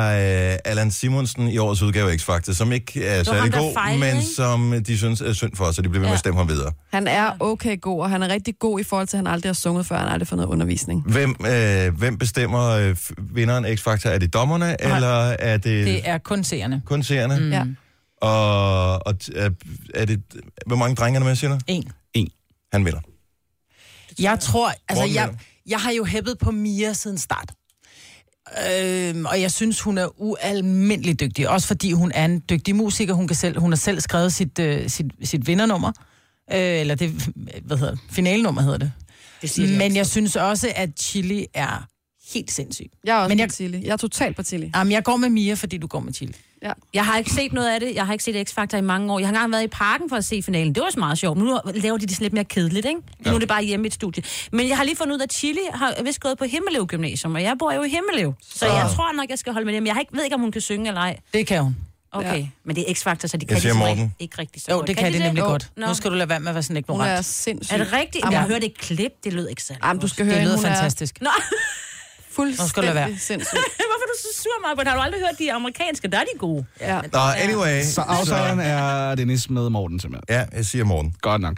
S1: øh, Allan Simonsen i årets udgave af X-Factor, som ikke er særlig
S3: ham, der
S1: god,
S3: fejlede,
S1: men
S3: ikke?
S1: som øh, de synes er synd for, så de bliver ved med at stemme ham videre.
S4: Han er okay god, og han er rigtig god i forhold til, at han aldrig har sunget før, han har aldrig fået noget undervisning.
S1: Hvem, øh, hvem bestemmer øh, f- vinderen af X-Factor? Er det dommerne, Nej. eller er det, det
S2: Det er kun seerne.
S1: kun seerne? Mm.
S4: Ja.
S1: Og, og t- er, er det... Hvor mange drenge er der med, siger du?
S2: En.
S1: Han vinder.
S2: Jeg tror, altså
S1: Morten
S2: jeg,
S1: vinder.
S2: jeg har jo hæppet på Mia siden start. Øhm, og jeg synes, hun er ualmindelig dygtig. Også fordi hun er en dygtig musiker. Hun, kan selv, hun har selv skrevet sit, øh, sit, sit vindernummer. Øh, eller det, hvad hedder det? Finalenummer hedder det.
S3: Det siger de
S2: Men
S3: altid.
S2: jeg synes også, at Chili er helt sindssyg.
S4: Jeg er også
S2: Men
S4: Men
S2: jeg-
S4: jeg... på Tilly. Jeg er totalt på Tilly.
S2: Jamen, jeg går med Mia, fordi du går med Chili.
S4: Ja.
S3: Jeg har ikke set noget af det. Jeg har ikke set X-Factor i mange år. Jeg har engang været i parken for at se finalen. Det var også meget sjovt. Nu laver de det sådan lidt mere kedeligt, ikke? Ja. Nu er det bare hjemme i et studie. Men jeg har lige fundet ud af, at Chili har vist gået på Himmelev Gymnasium, og jeg bor jo i Himmelev. Så, så. jeg tror nok, jeg skal holde med dem. Jeg har ikke, ved ikke, om hun kan synge eller ej.
S2: Det kan hun.
S3: Okay, ja. men det er X-Factor, så de kan
S1: Jeg siger
S3: ligesom
S1: Morten.
S3: ikke, ikke rigtig så
S2: Jo,
S3: godt.
S2: det kan, kan det, nemlig
S4: Jo.
S2: godt.
S3: Nå.
S2: Nu skal du lade være med at være sådan ikke
S4: Hun er
S2: ret.
S4: sindssyg.
S3: Er det rigtigt?
S4: Jamen,
S3: Jeg har hørt et klip, det lød ikke særlig
S4: Jamen, du
S3: godt.
S4: skal høre,
S2: Det lyder
S4: hun
S2: fantastisk.
S3: Nå,
S4: er
S2: skal du lade være.
S4: fuldstændig sindssyg.
S3: hvorfor er du så sur, Marben? Har du aldrig hørt de amerikanske? Der er de gode.
S4: Ja.
S1: Nå, anyway.
S10: Så aftalen er Dennis med Morten simpelthen.
S1: Ja, jeg siger Morten.
S10: Godt nok.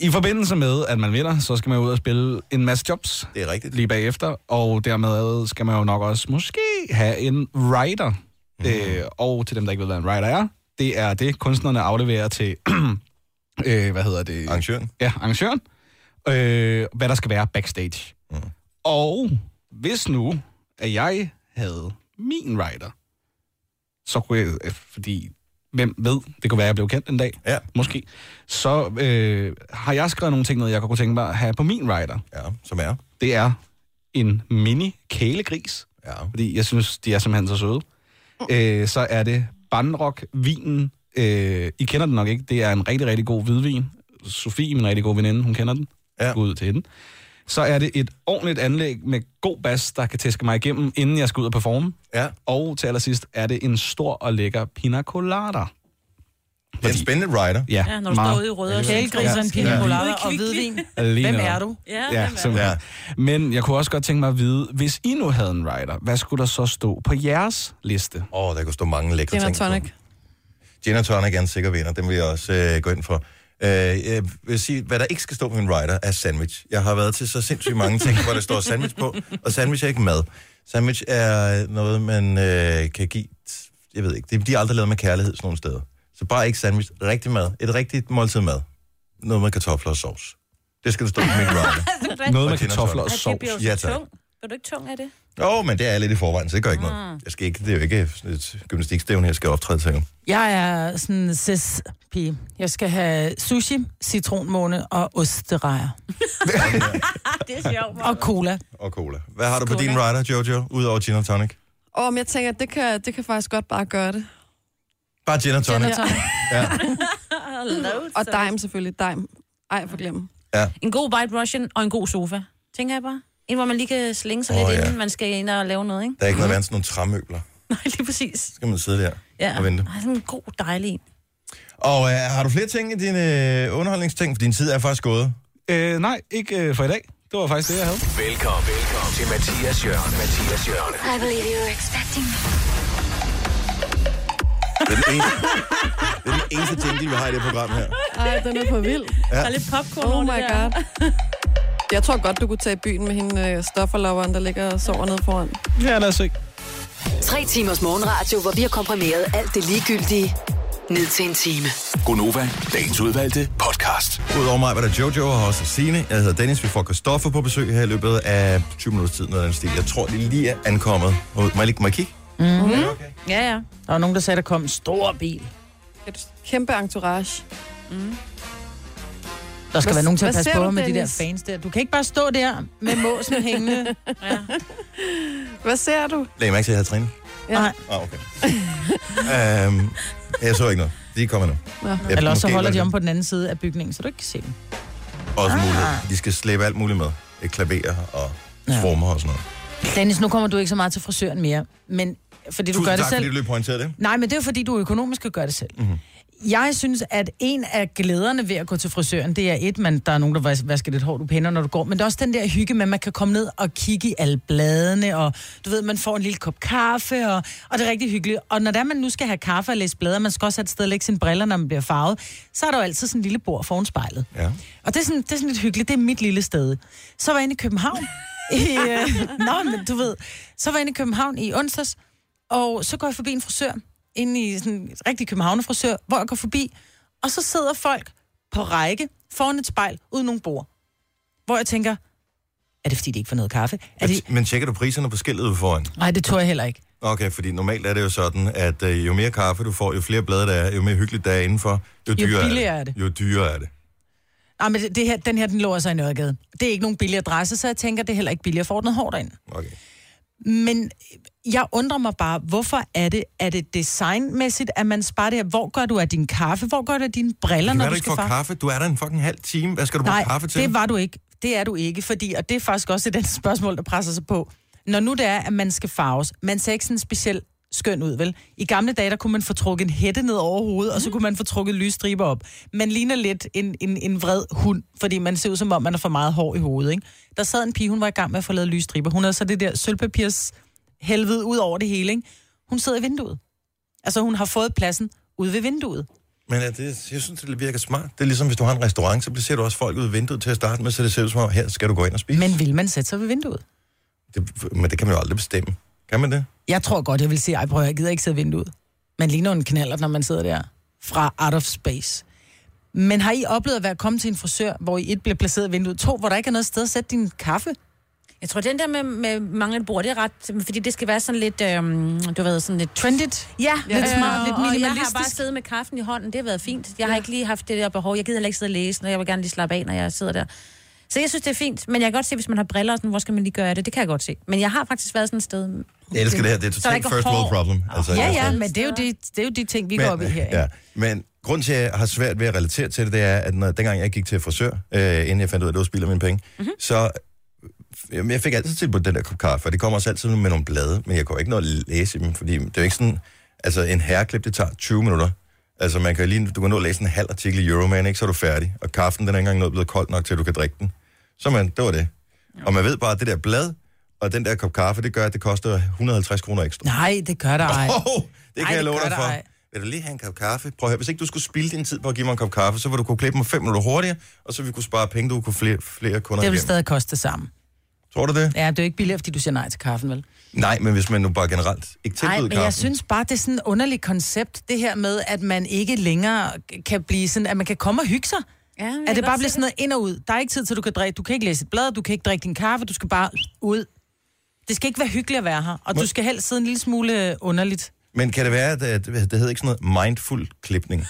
S10: I forbindelse med, at man vinder, så skal man ud og spille en masse jobs
S1: Det er rigtigt.
S10: lige bagefter, og dermed skal man jo nok også måske have en writer.
S1: Mhm.
S10: Mm. Øh, og til dem, der ikke ved, hvad en writer er, det er det, kunstnerne afleverer til, øh, hvad hedder det?
S1: Arrangøren.
S10: Ja, arrangøren. Øh, hvad der skal være backstage.
S1: Mhm.
S10: Mm. Og hvis nu, at jeg havde min writer, så kunne jeg, øh, fordi hvem ved, det kunne være, at jeg blev kendt en dag,
S1: Ja.
S10: måske, så øh, har jeg skrevet nogle ting ned, jeg godt kunne tænke mig at have på min writer.
S1: Ja, som er.
S10: Det er en mini kælegris,
S1: Ja.
S10: fordi jeg synes, de er simpelthen så søde. Øh, så er det Bandrock vinen. Øh, I kender den nok ikke. Det er en rigtig, rigtig god hvidvin. Sofie, min rigtig gode veninde, hun kender den.
S1: Ja.
S10: Gå ud til den. så er det et ordentligt anlæg med god bas, der kan tæske mig igennem, inden jeg skal ud og performe.
S1: Ja.
S10: Og til allersidst er det en stor og lækker pina colada.
S1: Det er en spændende rider.
S10: Ja,
S3: Ja, når du står ude i røde og
S2: Kælegris og en pina colada og hvidvin.
S10: Alene
S2: Hvem
S10: nok.
S2: er du?
S3: Ja,
S10: Ja, simpelthen. Men jeg kunne også godt tænke mig at vide, hvis I nu havde en rider, hvad skulle der så stå på jeres liste?
S1: Åh, oh, der kunne stå mange lækre
S4: Gin og
S1: ting. på.
S4: tonic.
S1: Gin og tonic er en sikker vinder, den vil jeg også øh, gå ind for. Øh, jeg vil sige, hvad der ikke skal stå på min rider, er sandwich. Jeg har været til så sindssygt mange ting, hvor der står sandwich på, og sandwich er ikke mad. Sandwich er noget, man øh, kan give, t- jeg ved ikke, det, de er aldrig lavet med kærlighed sådan nogle steder. Så bare ikke sandwich, rigtig mad, et rigtigt måltid mad. Noget med kartofler og sovs. Det skal der stå på min rider.
S10: Noget med
S1: Og gin og
S10: kartofler og
S1: tonic.
S3: Altså, Det
S10: sovs.
S3: bliver jo
S1: Ja,
S3: så
S1: tak.
S3: tung. Bliver du ikke tung af det?
S1: Åh, oh, men det er jeg lidt i forvejen, så det gør ikke noget. Jeg skal ikke, det er jo ikke sådan et gymnastikstævne, jeg skal optræde til.
S2: Jeg er sådan en cis-pige. Jeg skal have sushi, citronmåne og osterejer.
S3: Ah, det er sjovt.
S2: Og cola.
S1: Og cola. Hvad har du på din rider, Jojo, udover gin og tonic?
S4: Og men jeg tænker, at det kan, det kan faktisk godt bare gøre det.
S1: Bare gin og tonic.
S4: Og dime selvfølgelig. Dime. Ej, for glemme.
S3: En god white russian og en god sofa, tænker jeg bare. En, hvor man lige kan slinge sig
S1: Åh,
S3: oh, lidt,
S1: ja.
S3: ja. inden man skal ind og lave noget, ikke?
S1: Der er ikke noget værd end sådan nogle træmøbler.
S3: Nej, lige præcis.
S1: Så kan man sidde der
S3: Ja.
S1: og vente.
S3: Ej, sådan en god, dejlig en.
S1: Og øh, har du flere ting i dine øh, underholdningsting? For din tid er faktisk gået.
S10: Øh, nej, ikke øh, for i dag. Det var faktisk det, jeg havde.
S6: Velkommen, velkommen til Mathias Jørgen. Mathias Jørgen.
S9: I believe you were expecting me.
S1: Det er den eneste, det er den eneste jingle, vi har i det program her.
S4: Ej, den er for vild.
S3: Der er lidt popcorn
S4: Oh
S3: over
S4: my
S3: det der.
S4: god. Jeg tror godt, du kunne tage i byen med hende øh, stofferloveren, der ligger og sover nede foran.
S10: Ja, lad os se.
S5: Tre timers morgenradio, hvor vi har komprimeret alt det ligegyldige ned til en time.
S6: Gonova, dagens udvalgte podcast.
S1: Udover mig var der Jojo og også Signe. Jeg hedder Dennis. Vi får Kristoffer på besøg her i løbet af 20 minutters tid. Noget af den stil. Jeg tror, de lige er ankommet. Må jeg lige må jeg kigge?
S3: Ja, ja.
S2: Mhm. Der var nogen, der sagde, der kom en stor bil.
S4: Et kæmpe entourage.
S3: Mm.
S2: Der skal
S4: Hvad-
S2: være nogen til at
S4: hvad
S2: passe
S4: ser
S2: på
S4: du,
S2: ham med de der
S4: Dennis?
S2: fans der. Du kan ikke bare stå der med måsen hængende.
S4: Hvad ser du?
S1: Læg mærke til, at jeg havde trænet.
S4: Ja.
S2: Nej.
S1: Ah, okay. øhm, jeg så ikke noget. De kommer nu.
S4: Nå.
S1: Jeg-
S2: Eller også så
S1: måske
S2: holder
S1: var
S2: de
S1: det
S2: om på den anden side af bygningen, så du ikke kan se dem. Ah.
S1: Også muligt. De skal slæbe alt muligt med. Et klaver og former og sådan noget.
S2: Dennis, nu kommer du ikke så meget til frisøren mere, men fordi du
S1: Tusind
S2: gør
S1: tak,
S2: det selv.
S1: fordi du lige pointerede det.
S2: Nej, men det er jo fordi, du økonomisk kan gøre det selv. Mm-hmm. Jeg synes, at en af glæderne ved at gå til frisøren, det er et, man, der er nogen, der vas- vasker dit hår, du pænder, når du går, men det er også den der hygge med, at man kan komme ned og kigge i alle bladene, og du ved, man får en lille kop kaffe, og, og det er rigtig hyggeligt. Og når der man nu skal have kaffe og læse blader, man skal også have et sted at lægge sine briller, når man bliver farvet, så er der jo altid sådan en lille bord foran spejlet.
S1: Ja.
S2: Og det er, sådan, det er sådan lidt hyggeligt. Det er mit lille sted. Så var jeg inde i København. I, øh, nå, men du ved. Så var jeg inde i København i onsdags, og så går jeg forbi en frisør, inde i sådan en rigtig københavnerfrisør, hvor jeg går forbi, og så sidder folk på række foran et spejl uden nogen bord. Hvor jeg tænker, er det fordi, de ikke får noget kaffe? Er det...
S1: Men tjekker du priserne på skiltet ude foran?
S2: Nej, det tror jeg heller ikke.
S1: Okay, fordi normalt er det jo sådan, at øh, jo mere kaffe du får, jo flere blade der er, jo mere hyggeligt der er indenfor, jo, dyrere
S2: billigere
S1: er
S2: er
S1: det.
S2: det.
S1: Jo dyrere er det.
S2: Nej, Ah, men det, det her, den her, den lå altså i Nørregade. Det er ikke nogen billig adresse, så jeg tænker, det er heller ikke billigt. Jeg får noget hårdt ind.
S1: Okay.
S2: Men jeg undrer mig bare, hvorfor er det, er det designmæssigt, at man sparer det her? Hvor gør du af din kaffe? Hvor gør du af dine briller, når
S1: Hvad er du
S2: du
S1: ikke
S2: skal
S1: for
S2: far?
S1: kaffe? Du er der en fucking halv time. Hvad skal du bruge
S2: Nej,
S1: kaffe til?
S2: det var du ikke. Det er du ikke, fordi, og det er faktisk også et af de spørgsmål, der presser sig på. Når nu det er, at man skal farves, man ser ikke sådan specielt skøn ud, vel? I gamle dage, der kunne man få trukket en hætte ned over hovedet, og så kunne man få trukket lysstriber op. Man ligner lidt en, en, en vred hund, fordi man ser ud som om, man har for meget hår i hovedet, ikke? Der sad en pige, hun var i gang med at få lavet lysstriber. Hun havde så det der sølvpapirs helvede ud over det hele, ikke? Hun sidder i vinduet. Altså, hun har fået pladsen ude ved vinduet.
S1: Men er det, jeg synes, det virker smart. Det er ligesom, hvis du har en restaurant, så ser du også folk ud af vinduet til at starte med, så det ser ud som om, her skal du gå ind og spise.
S2: Men vil man sætte sig ved vinduet?
S1: Det, men det kan man jo aldrig bestemme. Kan man det?
S2: Jeg tror godt, jeg vil sige, ej prøv, at høre, jeg gider ikke sidde i vinduet. Man ligner en knaller, når man sidder der fra Out of Space. Men har I oplevet at være kommet til en frisør, hvor I et bliver placeret i vinduet, to, hvor der ikke er noget sted at sætte din kaffe?
S3: Jeg tror, den der med, med manglende bord, det er ret... Fordi det skal være sådan lidt, øhm, du ved, sådan lidt...
S2: Trendet?
S3: Ja,
S2: Ja,
S3: lidt
S2: ja,
S3: smart,
S2: ja.
S3: lidt
S2: Og jeg har
S3: minimalistisk. Jeg har
S2: bare
S3: bare siddet med kaffen i hånden, det har været fint. Jeg har ikke lige haft det der behov. Jeg gider heller ikke sidde og læse, når jeg vil gerne lige slappe af, når jeg sidder der. Så jeg synes, det er fint. Men jeg kan godt se, hvis man har briller, og sådan, hvor skal man lige gøre det? Det kan jeg godt se. Men jeg har faktisk været sådan et sted.
S1: Jeg elsker det her. Det er
S3: der
S1: totalt
S3: ikke
S1: first world
S3: hår.
S1: problem. Altså,
S2: Ah. Ja,
S1: jeg-
S2: ja, men det er jo de, det er jo de ting, vi går op i her. Ikke?
S1: Ja. Men grund til, at jeg har
S2: Mhm.
S1: svært ved at relatere til det, det er, at når, dengang jeg gik til frisør, øh, inden jeg fandt ud af, at det var spild af mine penge, mm-hmm. så Jamen, jeg fik altid tilbudt den der kop kaffe, og det kommer også altid med nogle blade, men jeg kunne ikke nå at læse dem, fordi det er jo ikke sådan... Altså, en herreklip, det tager 20 minutter. Altså, man kan lige, du kan nå at læse en halv artikel i Euroman, ikke? Så er du færdig. Og kaffen, den er ikke engang nået blevet kold nok til, at du kan drikke den. Så man, det var det. Og man ved bare, at det der blad og den der kop kaffe, det gør, at det koster 150 kroner ekstra.
S2: Nej, det gør der ej.
S1: Oh, det
S2: Ej,
S1: kan Ej, jeg
S2: det
S1: love
S2: gør
S1: dig
S2: der
S1: for.
S2: ej.
S1: Vil du lige have en kop kaffe? Prøv at høre, hvis ikke du skulle spilde din tid på at give mig en kop kaffe, så ville du kunne klippe mig 5 minutter hurtigere, og så ville vi kunne spare penge, du kunne flere, flere kunder
S2: Det vil
S1: igennem.
S2: stadig koste det samme.
S1: Tror du det?
S2: Ja, det er jo ikke billigere, fordi du siger nej til kaffen, vel?
S1: Nej, men hvis man nu bare generelt ikke tilbyder
S2: Nej, men
S1: kaffen.
S2: jeg synes bare, det er sådan et underligt koncept, det her med, at man ikke længere kan blive sådan, at man kan komme og hygge sig.
S3: Ja, men jeg
S2: At
S3: kan
S2: det bare
S3: godt
S2: bliver
S3: se
S2: sådan noget ind og ud. Der er ikke tid til, du kan drikke. Du kan ikke læse et blad, du kan ikke drikke din kaffe, du skal bare ud. Det skal ikke være hyggeligt at være her, og du skal helst sidde en lille smule øh, underligt.
S1: Men kan det være, at at- det hedder ikke sådan noget mindful klipning?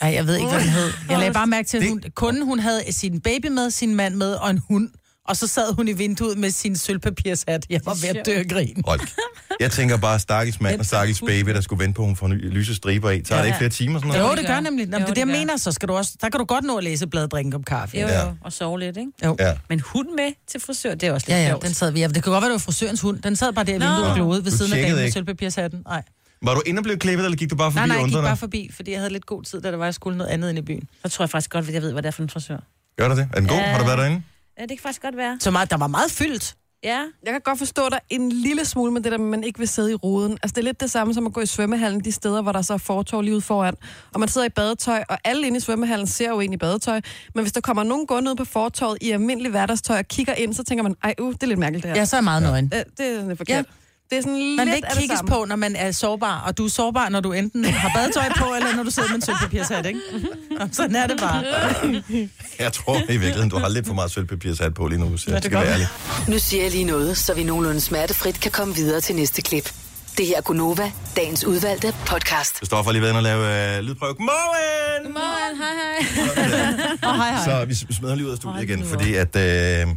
S2: Ej, jeg ved ikke, hvad den hed. Jeg lagde bare mærke til, at hun, kunden hun havde sin baby med, sin mand med og en hund. Og så sad hun i vinduet med sin sølvpapirshat. Jeg var ved at dø af grin.
S1: Hold. Jeg tænker bare, stakkels mand og stakkels baby, der skulle vente på, at hun får nye lyse striber i. Tager det ikke flere timer? Sådan
S2: Jo,
S1: noget?
S2: det gør nemlig. Nå, men det er det, jeg mener, så skal du også, der kan du godt nå at læse bladet og drikke en kop kaffe.
S3: Jo,
S1: Ja.
S3: jo, og sove lidt, ikke?
S2: Jo.
S1: Ja.
S3: Men hun med til frisør, det er også lidt
S2: Ja, ja,
S3: sjovt.
S2: den sad vi. Ja, det kunne godt være, det var frisørens hund. Den sad bare der i
S3: Nå.
S2: vinduet og gloede ved
S1: Du
S2: siden af damen
S1: tjekkede
S2: med
S1: ikke?
S2: sølvpapirshatten. Nej.
S1: Var du inde og blev klippet, eller gik du bare forbi
S2: nej, nej,
S1: og
S2: jeg gik
S1: undrede
S2: bare
S1: dig?
S2: forbi, fordi jeg havde lidt god tid, da der var, jeg skulle noget andet end i byen.
S3: Så tror jeg faktisk godt, at jeg ved, hvad det er for en frisør.
S1: Gør du det? Er den god?
S3: Ja.
S1: Har du været derinde?
S3: Ja, det kan faktisk godt være.
S2: Så meget, der var meget fyldt.
S3: Ja.
S4: Jeg kan godt forstå dig en lille smule med det der, med, at man ikke vil sidde i roden. Altså, det er lidt det samme som at gå i svømmehallen de steder, hvor der så er fortov lige ude foran. Og man sidder i badetøj, og alle inde i svømmehallen ser jo ind i badetøj. Men hvis der kommer nogen gående ud på fortovet i almindelig hverdagstøj og kigger ind, så tænker man, ej, uh, det er lidt mærkeligt det her.
S2: Ja, så er jeg meget nøgen.
S4: Øh, det er sådan lidt forkert. Ja. Det er sådan lidt
S2: Man vil ikke
S4: af det
S2: kigges
S4: samme.
S2: på, når man er sårbar, og du er sårbar, når du enten har badetøj på, eller når du sidder med en sølvpapirshat, ikke? Og Sådan er det bare.
S1: Jeg tror i virkeligheden, du har lidt for meget sølvpapirshat på lige nu, så jeg
S2: det
S1: skal være
S2: godt.
S1: ærlig.
S5: Nu siger jeg lige noget, så vi nogenlunde smertefrit kan komme videre til næste klip. Det her er Gunova, dagens udvalgte podcast.
S1: Christoffer har lige været inde og lave øh, lydprøve. Godmorgen!
S3: Godmorgen, hej hej.
S2: Og hej, hej.
S1: Så vi smider lige ud af studiet igen, fordi at... Øh,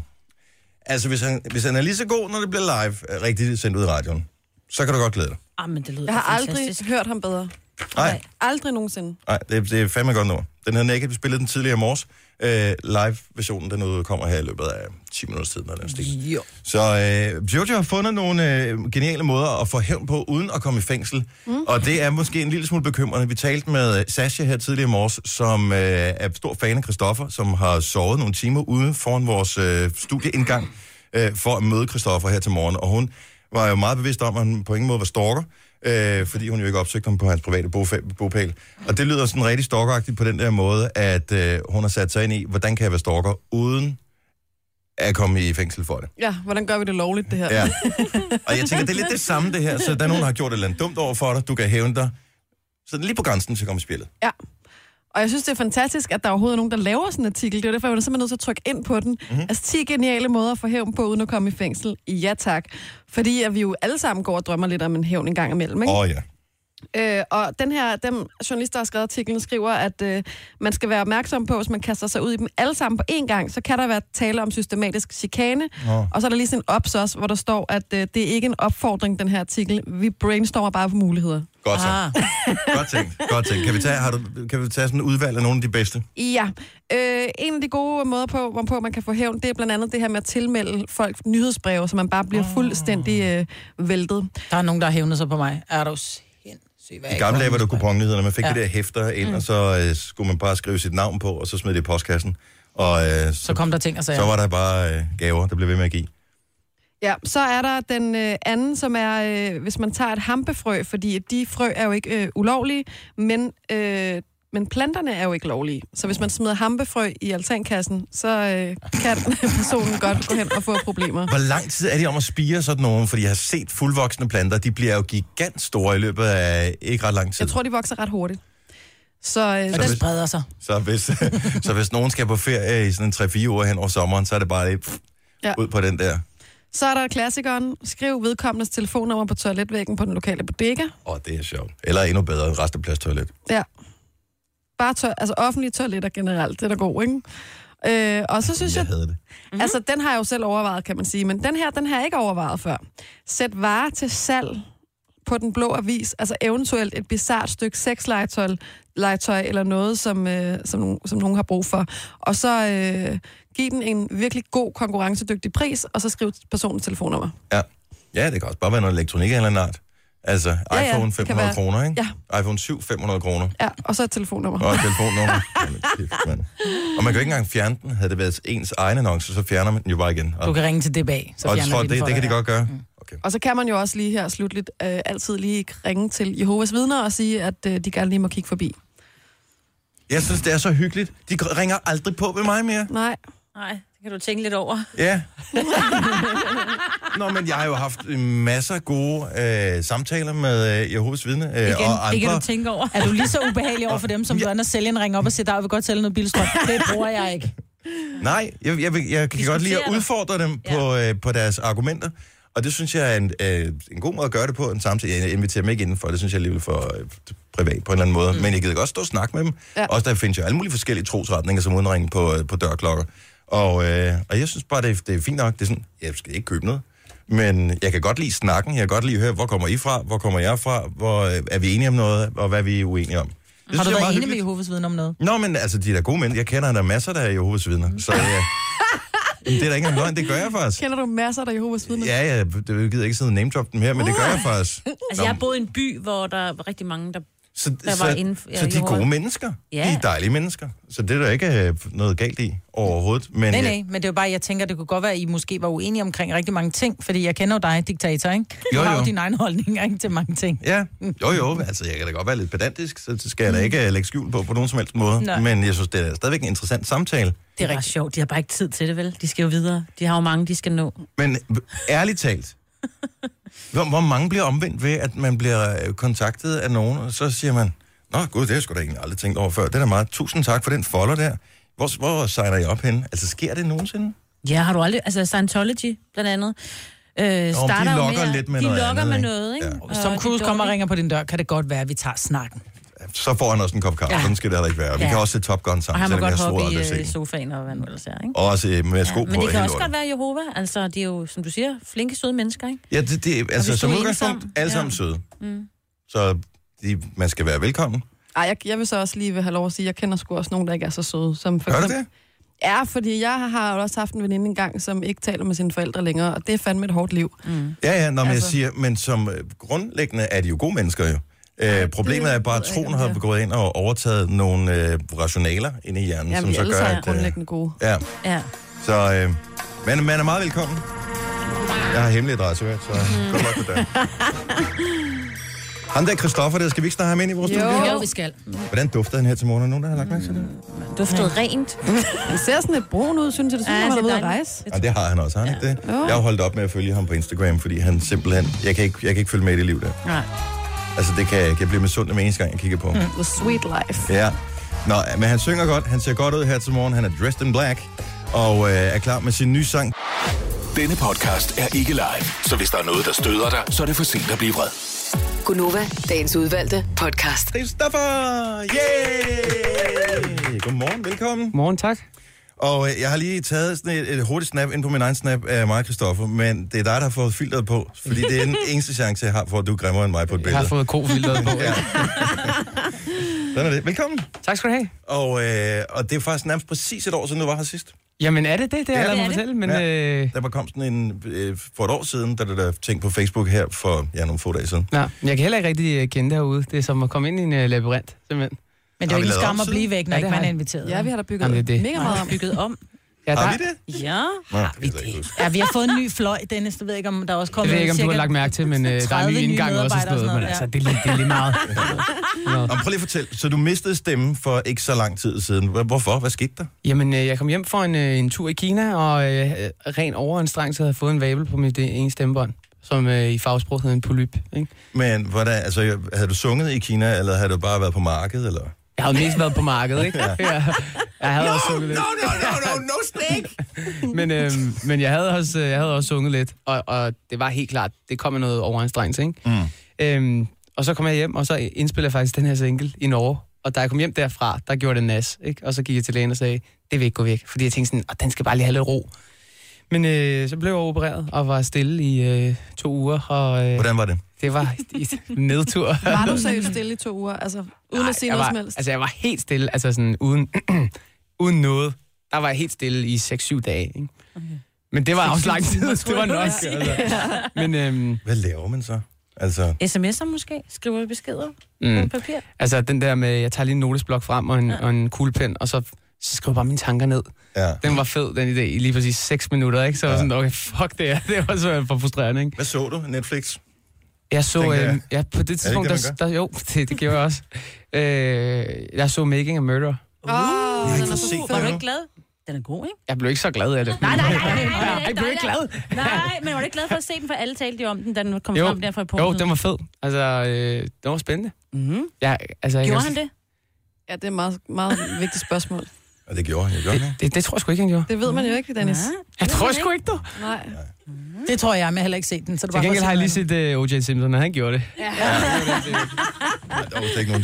S1: altså, hvis han, hvis han er lige så god, når det bliver live, øh, rigtigt sendt ud i radioen, så kan du godt glæde dig.
S3: Ah, men det lyder
S4: Jeg har aldrig
S3: fantastisk.
S4: hørt ham bedre.
S1: Nej,
S4: Aldrig nogensinde.
S1: Nej, det, det er fandme godt nummer. Den hedder Naked, vi spillede den tidligere i morges. Øh, Live-versionen, den udkommer her i løbet af 10 minutters tid, når den stil. Jo. Så øh, Jojo har fundet nogle øh, geniale måder at få hævn på, uden at komme i fængsel. Mm. Og det er måske en lille smule bekymrende. Vi talte med øh, Sasha her tidligere i morges, som øh, er stor fan af Christoffer, som har sovet nogle timer ude foran vores øh, studieindgang, øh, for at møde Christoffer her til morgen. Og hun var jo meget bevidst om, at han på ingen måde var stalker, øh, fordi hun jo ikke opsøgte ham på hans private bofa- bopæl. Og det lyder sådan rigtig stalkeragtigt på den der måde, at øh, hun har sat sig ind i, hvordan kan jeg være stalker, uden at komme i fængsel for det.
S4: Ja, hvordan gør vi det lovligt, det her?
S1: Ja. Og jeg tænker, det er lidt det samme det her, så der er nogen, der har gjort et eller andet dumt over for dig, du kan hævne dig. Så lige på grænsen til at komme i spillet.
S4: Ja. Og jeg synes, det er fantastisk, at der overhovedet er nogen, der laver sådan en artikel. Det er jo derfor, jeg var simpelthen nødt til at trykke ind på den.
S1: Mhm.
S4: Mm-hmm. Altså 10 geniale måder at få hævn på, uden at komme i fængsel. Ja tak. Fordi at vi jo alle sammen går og drømmer lidt om en hævn en gang imellem. Ikke?
S1: Åh oh, ja.
S4: Øh, og den her, dem journalister, der har skrevet artiklen, skriver, at øh, man skal være opmærksom på, hvis man kaster sig ud i dem alle sammen på én gang, så kan der være tale om systematisk chikane.
S1: Nå.
S4: Og så er der lige sådan en ops også, hvor der står, at øh, det er ikke en opfordring, den her artikel. Vi brainstormer bare på muligheder.
S1: Godt så.
S2: Ah,
S1: Godt tænkt. Godt tænkt. Kan vi tage, har du, kan vi tage sådan et udvalg af nogle af de bedste?
S4: Ja. Øh, en af de gode måder, på, hvorpå man kan få hævn, det er blandt andet det her med at tilmelde folk nyhedsbreve, så man bare bliver fuldstændig øh, væltet.
S2: Mm. der er nogen, der har hævnet sig på mig. Er du sindssyg?
S1: I gamle dage var det
S2: kunne
S1: kuponnyhederne, man fik ja.
S2: Ja.
S1: det der hæfter ind, mm. og så øh, skulle man bare skrive sit navn på, og så smed det i postkassen. Og øh, så,
S2: Så kom der ting og
S1: så
S2: sager.
S1: var der bare øh, gaver, der blev ved med at give.
S4: Ja, så er der den øh, anden, som er, øh, hvis man tager et hampefrø, fordi de frø er jo ikke øh, ulovlige, men, øh, men planterne er jo ikke lovlige. Så hvis man smider hampefrø i altankassen, så øh, kan personen godt gå hen og få problemer.
S1: Hvor lang tid er det om at spire sådan nogen? Fordi jeg har set fuldvoksne planter, de bliver jo gigantstore i løbet af ikke ret lang tid.
S4: Jeg tror, de vokser ret hurtigt. Så, øh,
S2: Og den spreder sig.
S1: Så, hvis, så hvis nogen skal på ferie i sådan en 3-4 uger hen over sommeren, så er det bare lige pff, ja.
S4: Ja.
S1: ud på den der.
S4: Så er der klassikeren. Skriv vedkommendes telefonnummer på toiletvæggen på den lokale bodega.
S1: Åh, oh, det er sjovt. Eller endnu bedre, en restepladstoilet.
S4: Ja. Bare to- altså offentlige toiletter generelt. Det er da god, ikke? Øh, og så synes
S1: Jeg
S4: jeg,
S1: havde det.
S4: mm-hmm. altså den har jeg jo selv overvejet, kan man sige, men den her, den har jeg ikke overvejet før. Sæt varer til salg på den blå avis, altså eventuelt et bizart stykke sexlegetøj legetøj eller noget, som, øh, som, nogen- som nogen har brug for. Og så øh, give den en virkelig god, konkurrencedygtig pris, og så skriv personens telefonnummer.
S1: Ja. ja, det kan også bare være noget elektronik af en eller anden art. Altså,
S4: ja,
S1: iPhone
S4: det kan
S1: 500
S4: være-
S1: kroner, ikke? Ja. iPhone 7, 500 kroner.
S4: Ja, og så et telefonnummer.
S1: Og et telefonnummer. Jamen, kæft, mand. og man kan jo ikke engang fjerne den. Havde det været ens egen annonce, så fjerner man den jo bare igen. Og,
S2: Du kan ringe til DBA, så
S1: og jeg
S2: fjerner
S1: tror,
S2: vi den
S1: det,
S2: for
S1: det kan
S2: dig,
S1: de godt gøre.
S4: Og så kan man jo også lige her slutligt øh, altid lige ringe til Jehovas vidner og sige, at øh, de gerne lige må kigge forbi.
S1: Jeg synes, det er så hyggeligt. De ringer aldrig på ved mig mere.
S4: Nej.
S3: Nej, det kan du tænke lidt over.
S1: Ja. Nå, men jeg har jo haft masser af gode øh, samtaler med øh, Jehovas vidne øh,
S2: Igen,
S1: og andre.
S2: det kan du tænke over. Er du lige så ubehagelig over for dem, som du er, når sælgeren ringer op og siger, der jeg vil godt sælge noget bilstrøm? Det bruger jeg ikke.
S1: Nej, jeg, jeg, vil- jeg kan godt lide at
S2: Diskutere dig.
S1: udfordre dem på, øh, på deres argumenter. Og det synes jeg er en, øh, en god måde at gøre det på, en samtale. Jeg inviterer dem ikke indenfor, det synes jeg alligevel er for øh, privat på en eller anden måde. Mm. Men jeg gider godt stå og snakke med dem. Ja. Også der findes jo alle mulige forskellige trosretninger, som udenring på, øh, på dørklokker. Og, øh, og jeg synes bare, det er, det er fint nok. Det er sådan, jeg skal ikke købe noget. Men jeg kan godt lide snakken. Jeg kan godt lide at høre, hvor kommer I fra? Hvor kommer jeg fra? Hvor øh, er vi enige om noget? Og hvad er vi uenige om? Det
S2: Har
S1: synes
S2: du
S1: jeg er meget
S2: været enig
S1: hyggeligt.
S2: med Jehovas vidne om noget?
S1: Nå, men altså, de er da gode mænd. Jeg kender der er masser, der er Jehovas vidner. Så jeg... det er da ikke en løgn, det gør jeg faktisk.
S4: Kender du masser, der er Jehovas vidner?
S1: Altså- Ja, ja, det jeg gider ikke sidde og name drop dem her, men det gør jeg faktisk.
S3: Altså, jeg har boet i en by, hvor der var rigtig mange, der,
S1: Så,
S3: der var
S1: så,
S3: inden
S1: så de er gode mennesker.
S3: Ja.
S1: De er dejlige mennesker. Så det er der ikke øh, noget galt i overhovedet. Men,
S2: nej, nej, men det er jo bare, jeg tænker, det kunne godt være, at I måske var uenige omkring rigtig mange ting, fordi jeg kender jo dig, diktator, ikke? Du
S1: Jo,
S2: har
S1: jo.
S2: jo dine egne holdninger ikke, til mange ting.
S1: Ja, jo jo, altså jeg kan da godt være lidt pedantisk, så det skal jeg da ikke øh, lægge skjul på på nogen som helst måde.
S3: Mm. Nej.
S1: Men jeg synes, det er stadigvæk en interessant samtale.
S3: Det er bare sjovt. De har bare ikke tid til det, vel? De skal jo videre. De har jo mange, de skal nå.
S1: Men ærligt talt, hvor, hvor mange bliver omvendt ved, at man bliver øh, kontaktet af nogen, og så siger man, Nå gud, det har jeg sgu da egentlig aldrig tænkt over før. Det er da meget. Tusind tak for den folder der. Hvor, hvor signer I op henne? Altså, sker det nogensinde?
S3: Ja, har du aldrig... Altså, Scientology, blandt andet. Øh, Nå,
S1: de lokker lidt med
S3: de
S1: noget
S3: lokker
S1: andet,
S3: med
S1: ikke?
S3: noget, ikke? Ja.
S2: Som Cruise kommer og ringer på din dør, kan det godt være, at vi tager snakken.
S1: Så får han også en kop kaffe. Ja.
S3: Ja.
S1: Sådan skal det heller ikke være. Vi
S3: Ja.
S1: kan også se Top Gun sammen,
S3: Og han må
S1: selvom jeg
S3: godt
S1: svor
S3: hoppe
S1: aldrig at
S3: i øh,
S1: se den.
S3: sofaen og hvad nu ellers er, ikke?
S1: Også øh, med sko
S3: Ja,
S1: på.
S3: men det kan
S1: hele
S3: også
S1: lortet.
S3: godt være Jehova. Altså, de er jo, som du siger, flinke, søde mennesker, ikke?
S1: Ja, det, det, altså,
S3: hvis
S1: som
S3: du er
S1: udgangspunkt,
S3: ensom,
S1: alle
S3: ja.
S1: sammen søde.
S3: Mm.
S1: Så de, man skal være velkommen.
S4: Ej, jeg, jeg vil så også lige vil have lov at sige, at jeg kender sgu også nogen, der ikke er så søde. Som for
S1: Gør du
S4: eksempel- Ja, fordi jeg har jo også haft en veninde engang, som ikke taler med sine forældre længere, og det er fandme et hårdt liv.
S3: Mm.
S1: Ja, ja, når altså. jeg
S4: Altså.
S1: siger, men som øh, grundlæggende er de jo gode mennesker jo. Øh, problemet er bare, at
S4: ved jeg ikke,
S1: troen
S4: om
S1: har
S4: det er.
S1: gået ind og overtaget nogle øh, rationaler inde i hjernen,
S4: Jamen,
S1: som
S4: vi
S1: så
S4: alle
S1: gør, at...
S4: sammen
S1: Øh,
S4: grundlæggende gode.
S1: ja,
S3: Ja.
S1: så øh, man, man er meget velkommen. Jeg har hemmelig adresse, hva', så
S4: Mhm.
S1: mm. godt nok med det. Ham der Christoffer der, skal vi ikke snart have ham ind i vores studie?
S3: jo, vi skal.
S1: Hvordan dufter han her til morgen? Er der nogen, der har lagt mærke til det?
S3: Duftede rent.
S4: Han ser sådan lidt brun ud, synes jeg. Det synes,
S3: Ja,
S4: ja,
S3: han
S4: han har
S3: ser
S4: været ude at
S3: dejlig.
S4: rejse.
S1: Ja, det har han også, har han ikke det? Jeg har holdt op med at følge ham på Instagram, fordi han simpelthen... Jeg kan ikke, jeg kan ikke følge med i det liv der.
S3: Nej.
S1: Altså, det kan jeg ikke. Jeg bliver misundelig med eneste gang, jeg kigger på ham.
S4: Mm, The sweet life.
S1: Ja. Nå, men han synger godt. Han ser godt ud her til morgen. Han er dressed in black og øh, er klar med sin nye sang.
S6: Denne podcast er ikke live, så hvis der er noget, der støder dig, så er det for sent at blive vred.
S5: Gunova, dagens udvalgte podcast.
S1: Christoffer! Yay! Godmorgen, velkommen.
S11: Morgen, tak.
S1: Og øh, jeg har lige taget sådan et, et hurtigt snap ind på min egen snap af mig, Christoffer, men det er dig, der har fået filteret på, fordi det er den eneste chance, jeg har for, at du er grimmere end mig på et billede.
S11: Jeg har fået kofilteret på. ja.
S1: Sådan er det. Velkommen.
S11: Tak skal du have.
S1: Og, øh, og det er faktisk nærmest præcis et år siden, du var her sidst.
S11: Jamen er det det? Det har jeg
S1: Ja,
S11: lavet
S1: det er
S11: mig
S1: det.
S11: fortælle, men...
S1: Ja.
S11: Ja. Øh,
S1: Der var kom sådan en, øh, for et år siden, da det der ting på Facebook her for ja, nogle få dage siden.
S11: nej, men øh, jeg kan heller ikke rigtig øh, kende det herude. Det er som at komme ind i en øh, labyrint, simpelthen.
S2: Men det
S1: Har
S2: er
S1: vi
S2: jo ikke en
S1: lavet
S2: skam at
S1: om
S2: blive
S1: siden?
S2: væk, når
S11: Ja,
S2: ikke
S11: det
S2: man
S11: har
S2: er
S11: jeg.
S2: inviteret.
S4: Ja, vi har da bygget
S11: Jamen, det er det.
S4: mega meget om.
S3: Bygget om.
S11: Ja,
S1: Har
S11: der-
S1: vi det?
S3: Ja.
S1: Nå, det ved jeg ikke huske.
S2: Ja, vi har fået en ny fløj, Dennis. Det ved jeg ikke, om der er også
S11: Jeg
S2: kommet
S11: ved ikke, om du
S2: cirka
S11: har lagt mærke til, men øh, der er
S2: 30
S11: en ny
S2: nye
S11: indgang også og
S2: medarbejdere
S11: sådan noget. Men
S2: og
S11: altså,
S2: sådan
S11: det er lige, det er lige meget.
S1: Nå, men prøv lige at fortælle. Så du mistede stemmen for ikke så lang tid siden. Hvor- Hvorfor? Hvad skete der?
S11: Jamen, øh, jeg kom hjem for en, øh, en tur i Kina, og øh, øh, ren overanstrengelse havde jeg fået en vabel på mit øh, ene stemmebånd, som øh, i fagsprog hedder en polyp. Ikke?
S1: Men hvordan, altså, havde du sunget i Kina, eller havde du bare været på markedet? Eller?
S11: Jeg havde mest været på markedet, ikke? ja. Jeg havde også sunget lidt.
S1: no, no, no, no snake!
S11: Men, øh, men jeg, havde også, øh, jeg havde også sunget lidt, og, og det var helt klart, det kom med noget overanstrengelse, ikke?
S1: Mm.
S11: Øhm, og så kom jeg hjem, og så indspillede jeg faktisk den her single i Norge. Og da jeg kom hjem derfra, der gjorde det nas, ikke? Og så gik jeg til lægen og sagde, det vil ikke gå væk. Fordi jeg tænkte sådan, "Åh, den skal bare lige have lidt ro. Men øh, så blev jeg opereret og var stille i øh, to uger. Og, øh,
S1: Hvordan var det?
S11: Det var en nedtur.
S4: Var du seriøst stille i to uger? Altså, uden
S11: Nej,
S4: at sige
S11: jeg
S4: noget
S11: var,
S4: som helst?
S11: Altså, jeg var helt stille, altså sådan uden, uden noget. Der var jeg helt stille i 6-7 dage, ikke? Men det var også lang tid, det var nok. Altså. Men, øhm,
S1: Hvad laver man så? Altså,
S3: SMS'er måske? Skriver vi beskeder mm. på
S11: Mm.
S3: papir?
S11: altså den der med, jeg tager lige en notesblok frem og en, ja. og en kuglepen, og så, så skriver jeg bare mine tanker ned.
S1: Ja.
S11: Den var fed, den idé, i lige præcis 6 minutter, ikke? Så ja. var jeg sådan, okay, fuck det her. Det var så for frustrerende, ikke?
S1: Hvad så du? Netflix?
S11: Jeg så,
S1: Tænker
S11: øh,
S1: jeg.
S11: ja,
S1: Er
S11: på
S1: det ikke
S11: det tidspunkt,
S1: det, man
S11: der, der, jo, det, det gjorde jeg også. Øh, jeg så Making a
S3: Åh,
S11: Murder.
S3: den
S11: ikke
S3: er
S11: fået set
S3: så god.
S11: Uh, den
S3: Var du
S11: endnu.
S3: ikke glad? Den er god, ikke?
S11: Jeg blev ikke så glad af det.
S3: Nej, nej, nej, nej, nej, nej,
S11: Jeg blev ikke glad.
S3: Nej, men var du ikke glad for at se den, for alle talte jo om den, da den kom frem der fra på.
S11: jo, den var fed. Altså, øh, den var spændende.
S3: Mm-hmm.
S11: Ja, altså, jeg,
S3: Gjorde han det?
S4: Ja, det er et meget, meget vigtigt spørgsmål.
S1: Ja, det gjorde han. Jeg gjorde det,
S11: det, det tror jeg sgu ikke, han gjorde.
S4: Det ved man jo ikke, Dennis.
S2: Nej,
S11: Jeg tror sgu ikke, du.
S4: Nej.
S2: Det tror jeg, men jeg har heller ikke set den. Så det
S11: Til
S2: var
S11: gengæld
S2: bare
S11: har jeg lige set øh, O.J. Simpson, og han gjorde det.
S1: Der var slet ikke nogen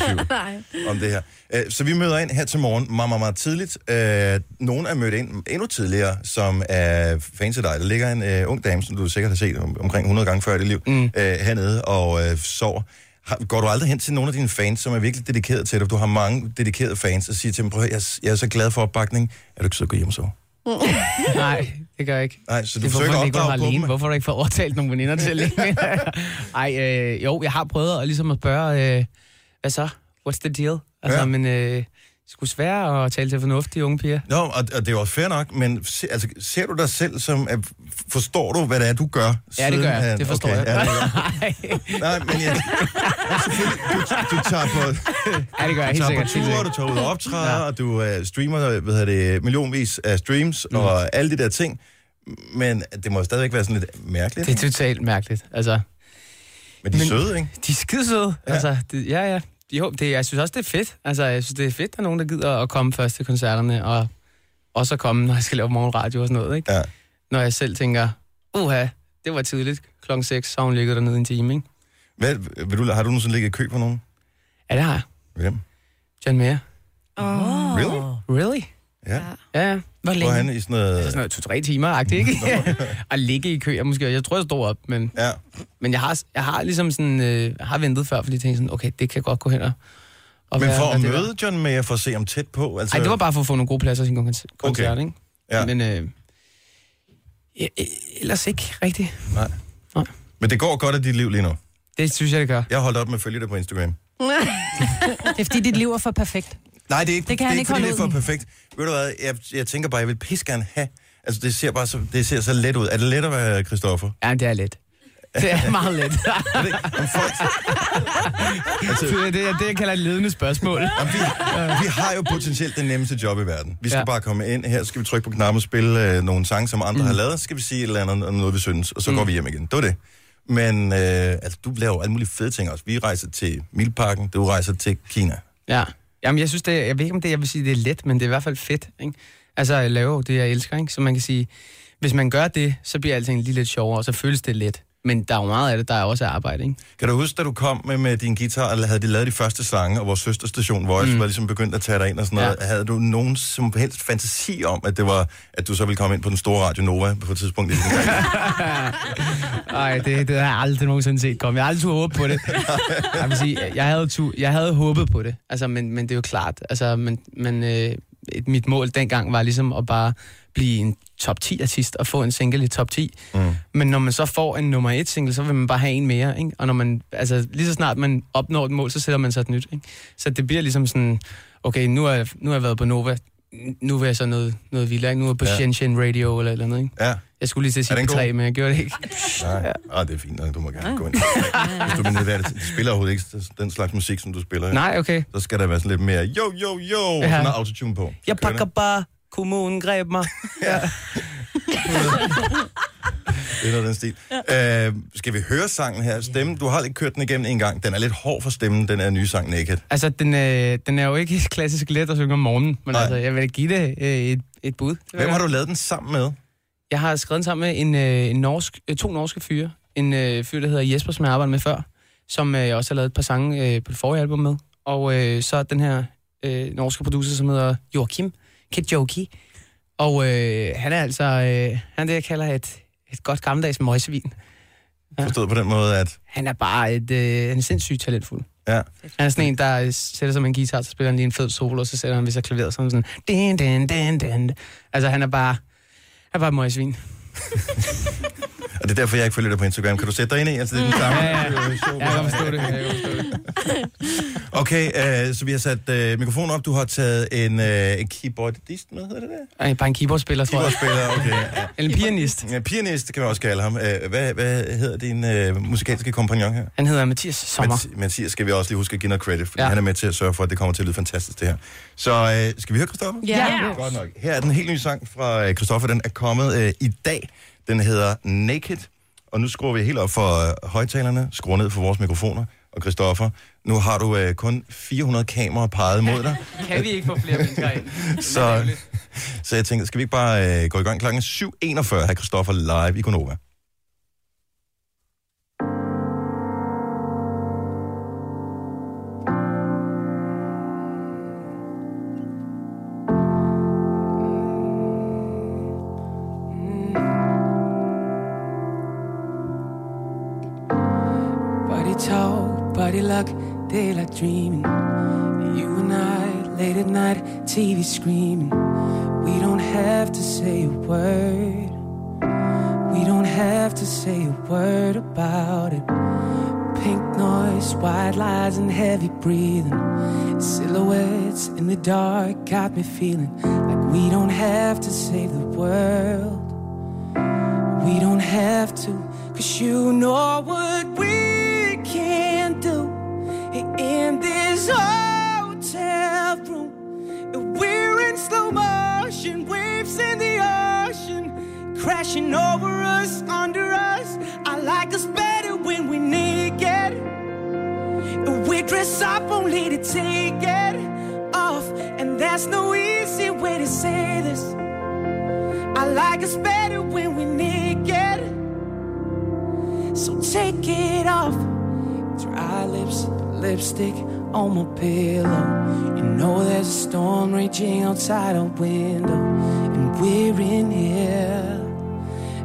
S1: tvivl om det her. Øh, Så vi møder ind her til morgen meget, meget, meget tidligt. Øh, Nogen er mødt ind endnu tidligere, som er fans af dig. Der ligger en øh, ung dame, som du sikkert har set om- omkring 100 gange før i dit liv, mm. hernede og øh, sover. Har- Går du aldrig hen til nogle af dine fans, som er virkelig dedikeret til dig? Du har mange dedikerede fans, og siger til dem, prøv at høre, jeg, er s- jeg er så glad for opbakning. Er du ikke så gå hjem og sove?
S11: Nej, det gør jeg ikke.
S1: Nej, så du
S11: det er,
S1: forsøger
S11: hvorfor
S1: ikke at opdrage
S11: han ikke var
S1: på dem,
S11: alene.
S1: ikke?
S11: Hvorfor har du ikke fået overtalt nogle veninder til det? Ej, øh, jo, jeg har prøvet at, ligesom at spørge, øh, hvad så? What's the deal? Altså,
S1: Ja.
S11: ja. men øh, skulle svære at tale til fornuftige unge piger.
S1: Nå, og, og det er jo også fair nok, men se, altså, ser du dig selv som... At, forstår du, hvad det er, du gør?
S11: Ja, det
S1: siden,
S11: gør jeg.
S1: at-
S11: Det forstår jeg.
S1: ja, det gør Nej, men jeg... Du, du tager på...
S11: Ja, det gør jeg,
S1: Du
S11: helt
S1: tager
S11: sikkert,
S1: på
S11: helt
S1: ture,
S11: sikkert.
S1: du tager ud og optræder, ja. og du øh, streamer hvad hedder det, millionvis af streams mm. og alle de der ting. Men det må jo stadigvæk være sådan lidt mærkeligt.
S11: Det er totalt mærkeligt. Altså,
S1: Men de er søde, ikke?
S11: De er skide søde. Ja. Altså, det, ja, ja. Jo, det, jeg synes også, det er fedt. Altså, jeg synes, det er fedt, at der er nogen, der gider at komme først til koncerterne, og også at komme, når jeg skal lave morgenradio og sådan noget, ikke?
S1: Ja.
S11: Når jeg selv tænker, uha, det var tidligt. Klokken 6, så har hun ligget dernede en time, ikke?
S1: Hvad, vil du, har du nogensinde ligget i kø på nogen?
S11: Ja, det har jeg.
S1: Hvem?
S11: John Mayer.
S4: Oh.
S1: Really?
S11: Really?
S1: Ja.
S11: Ja, ja. Hvor
S1: Hvor han i sådan noget...
S11: Altså sådan noget to-tre timer, ikke? at ligge i kø, jeg måske, jeg tror, jeg stod op, men,
S1: ja.
S11: men jeg, har, jeg har ligesom sådan, øh, jeg har ventet før, fordi jeg tænkte sådan, okay, det kan godt gå hen og, og
S1: Men
S11: være-
S1: for
S11: være
S1: at
S11: det der.
S1: møde John Mayer, for at se ham tæt på... Altså...
S11: Nej, det var bare for at få nogle gode pladser til en kon- koncert,
S1: Okay.
S11: okay. ikke?
S1: Ja.
S11: Men øh, ja, øh, ellers ikke rigtigt.
S1: Nej. Men det går godt i dit liv lige nu.
S11: Det synes jeg, det gør.
S1: Jeg har holdt op med at følge dig på Instagram.
S2: Det er fordi, dit liv er for perfekt.
S1: Nej, det er ikke,
S2: Det kan han
S1: det er
S2: ikke
S1: fordi,
S2: holde
S1: det er for
S2: ud.
S1: perfekt. Ved du hvad, jeg, jeg tænker bare, jeg vil pisse gerne have... Altså, det ser bare så, det ser så let ud. Er det let at være Christoffer?
S11: Ja, det er let. Det er meget let.
S1: Altså,
S11: det, er det, jeg- det, jeg kalder et ledende spørgsmål.
S1: Jamen, vi, vi har jo potentielt det nemmeste job i verden. Vi skal ja.
S11: Ja.
S1: bare komme ind, her skal vi trykke på knappen og spille øh, nogle sange, som andre mm. har lavet, så skal vi sige et eller andet om noget, vi synes, og så mm. går vi hjem igen. Det var det. Men øh, altså, du laver jo alle mulige fede ting også. Vi rejser til Milparken, du rejser til Kina.
S11: Ja. Jamen, jeg synes, det er, jeg ved ikke, om det, jeg vil sige, det er let, men det er i hvert fald fedt, ikke? Altså, jeg laver jo det, jeg elsker, ikke? Så man kan sige, hvis man gør det, så bliver alting lige lidt sjovere, og så føles det let. Men der er jo meget af det, der er også arbejde, ikke?
S1: Kan du huske, da du kom med, med din guitar, eller havde de lavet de første sange, og vores søsterstation Voice mm. var ligesom begyndt at tage dig ind og sådan noget? Ja. Havde du nogen som helst fantasi om, at det var, at du så ville komme ind på den store Radio Nova på et tidspunkt? i din karriere?
S11: Nej, det, det har jeg aldrig nogensinde set komme. Jeg har aldrig turde håbe på det. Jeg vil sige, jeg havde, tu, jeg havde håbet på det, altså, men, men det er jo klart. Altså, men, men øh, et- mit mål dengang var ligesom at bare blive en top 10-artist og få en single i top 10. Mm. Men når man så får en nummer 1 single, så vil man bare have en mere. Ikke? Og når man, altså, lige så snart man opnår et mål, så sætter man sig et nyt. Ikke? Så det bliver ligesom sådan, okay, nu har jeg, nu har jeg været på Nova, nu vil jeg så noget, noget vildere. Ikke? Nu er jeg på
S1: Ja.
S11: ja. Shen Shen Radio eller et eller andet. Ikke?
S1: Ja.
S11: Jeg skulle lige til at
S1: Er
S11: sige
S1: den
S11: P3,
S1: god?
S11: men jeg gjorde det ikke.
S1: Nej, ah, det er fint nok. Du må gerne gå ind. Hvis du mener, det, de spiller overhovedet ikke den slags musik, som du spiller. her.
S11: Nej, okay.
S1: Så skal der være sådan lidt mere jo, jo, jo, og
S11: Ja.
S1: sådan noget autotune på. Så
S11: Jeg
S1: kører
S11: pakker bare, kommunen greb mig.
S1: Det Det er noget af den stil. Ja. Øh, skal vi høre sangen her? Stemmen, du har lige kørt den igennem en gang. Den er lidt hård for stemmen, den er nye sang Naked.
S11: altså, den, øh, den er jo ikke klassisk let at synge om morgenen,
S1: Nej.
S11: men Nej. altså, jeg vil give det øh, et, et bud. Det vil
S1: Hvem
S11: jeg
S1: har du
S11: gøre.
S1: lavet den sammen med?
S11: Jeg har skrevet den sammen med en, øh, en norsk, øh, to norske fyre. En øh, fyr, der hedder Jesper, som jeg arbejdede med før, som øh, jeg også har lavet et par sange øh, på det forrige album med. Og øh, så den her øh, norske producer, som hedder Joachim Kidjoki. Og øh, han er altså, øh, han er det, jeg kalder et, et godt gammeldags møgsvin. Ja.
S1: Forstået på den måde, at...
S11: Han er bare et, øh, han er sindssygt talentfuld.
S1: Ja.
S11: Han er sådan en, der øh, sætter sig med en guitar, så spiller han lige en fed solo, og så sætter han ved sig klaveret sådan sådan... Din, din, din, din. Altså, han er bare... Han er bare et møgsvin.
S1: Og det er derfor, jeg ikke følger dig på Instagram. Kan du sætte dig ind i? Altså, det er den samme.
S11: Ja, ja.
S1: øh, show.
S11: Jeg kan forstå det. Jeg kan forstå det.
S1: Okay, øh, så vi har sat øh, mikrofonen op. Du har taget en, øh, en keyboardist med, hedder det det?
S11: Ej, bare en keyboardspiller, tror jeg.
S1: Keyboardspiller, okay. Ja.
S11: Eller en pianist.
S1: Ja, pianist kan man også kalde ham. Øh, Hvad, hvad hedder din øh, musikalske kompagnon her?
S11: Han hedder Mathias Sommer.
S1: Mathi- Mathias skal vi også lige huske at give noget credit, fordi ja.
S11: Ja.
S1: han er med til at sørge for, at det kommer til at lyde fantastisk, det her. Så øh, skal vi høre Christoffer?
S11: Ja. Ja.
S1: Godt nok. Her er den helt nye sang fra øh, Christoffer. Den er kommet øh, i dag. Den hedder Naked. Og nu skruer vi helt op for øh, højtalerne, skruer ned for vores mikrofoner. Og Christoffer, nu har du øh, kun 400 kameraer peget mod dig.
S11: Kan vi ikke få flere mennesker ind?
S1: Så, så jeg tænkte, skal vi ikke bare øh, gå i gang klokken 7.41 have Christoffer live i Konova?
S12: Body talk, body luck, daylight dreaming. You and I, late at night, TV screaming. We don't have to say a word. We don't have to say a word about it. Pink noise, white lies, and heavy breathing. Silhouettes in the dark got me feeling like we don't have to save the world. We don't have to, cause you know what we can do in this hotel room. We're in slow motion, waves in the ocean, crashing over us, under us. I like us better when we're naked. We dress up only to take it off, and there's no easy way to say this. I like us better when we're naked. So take it off. Dry lips, lipstick on my pillow. You know there's a storm raging outside our window. And we're in here.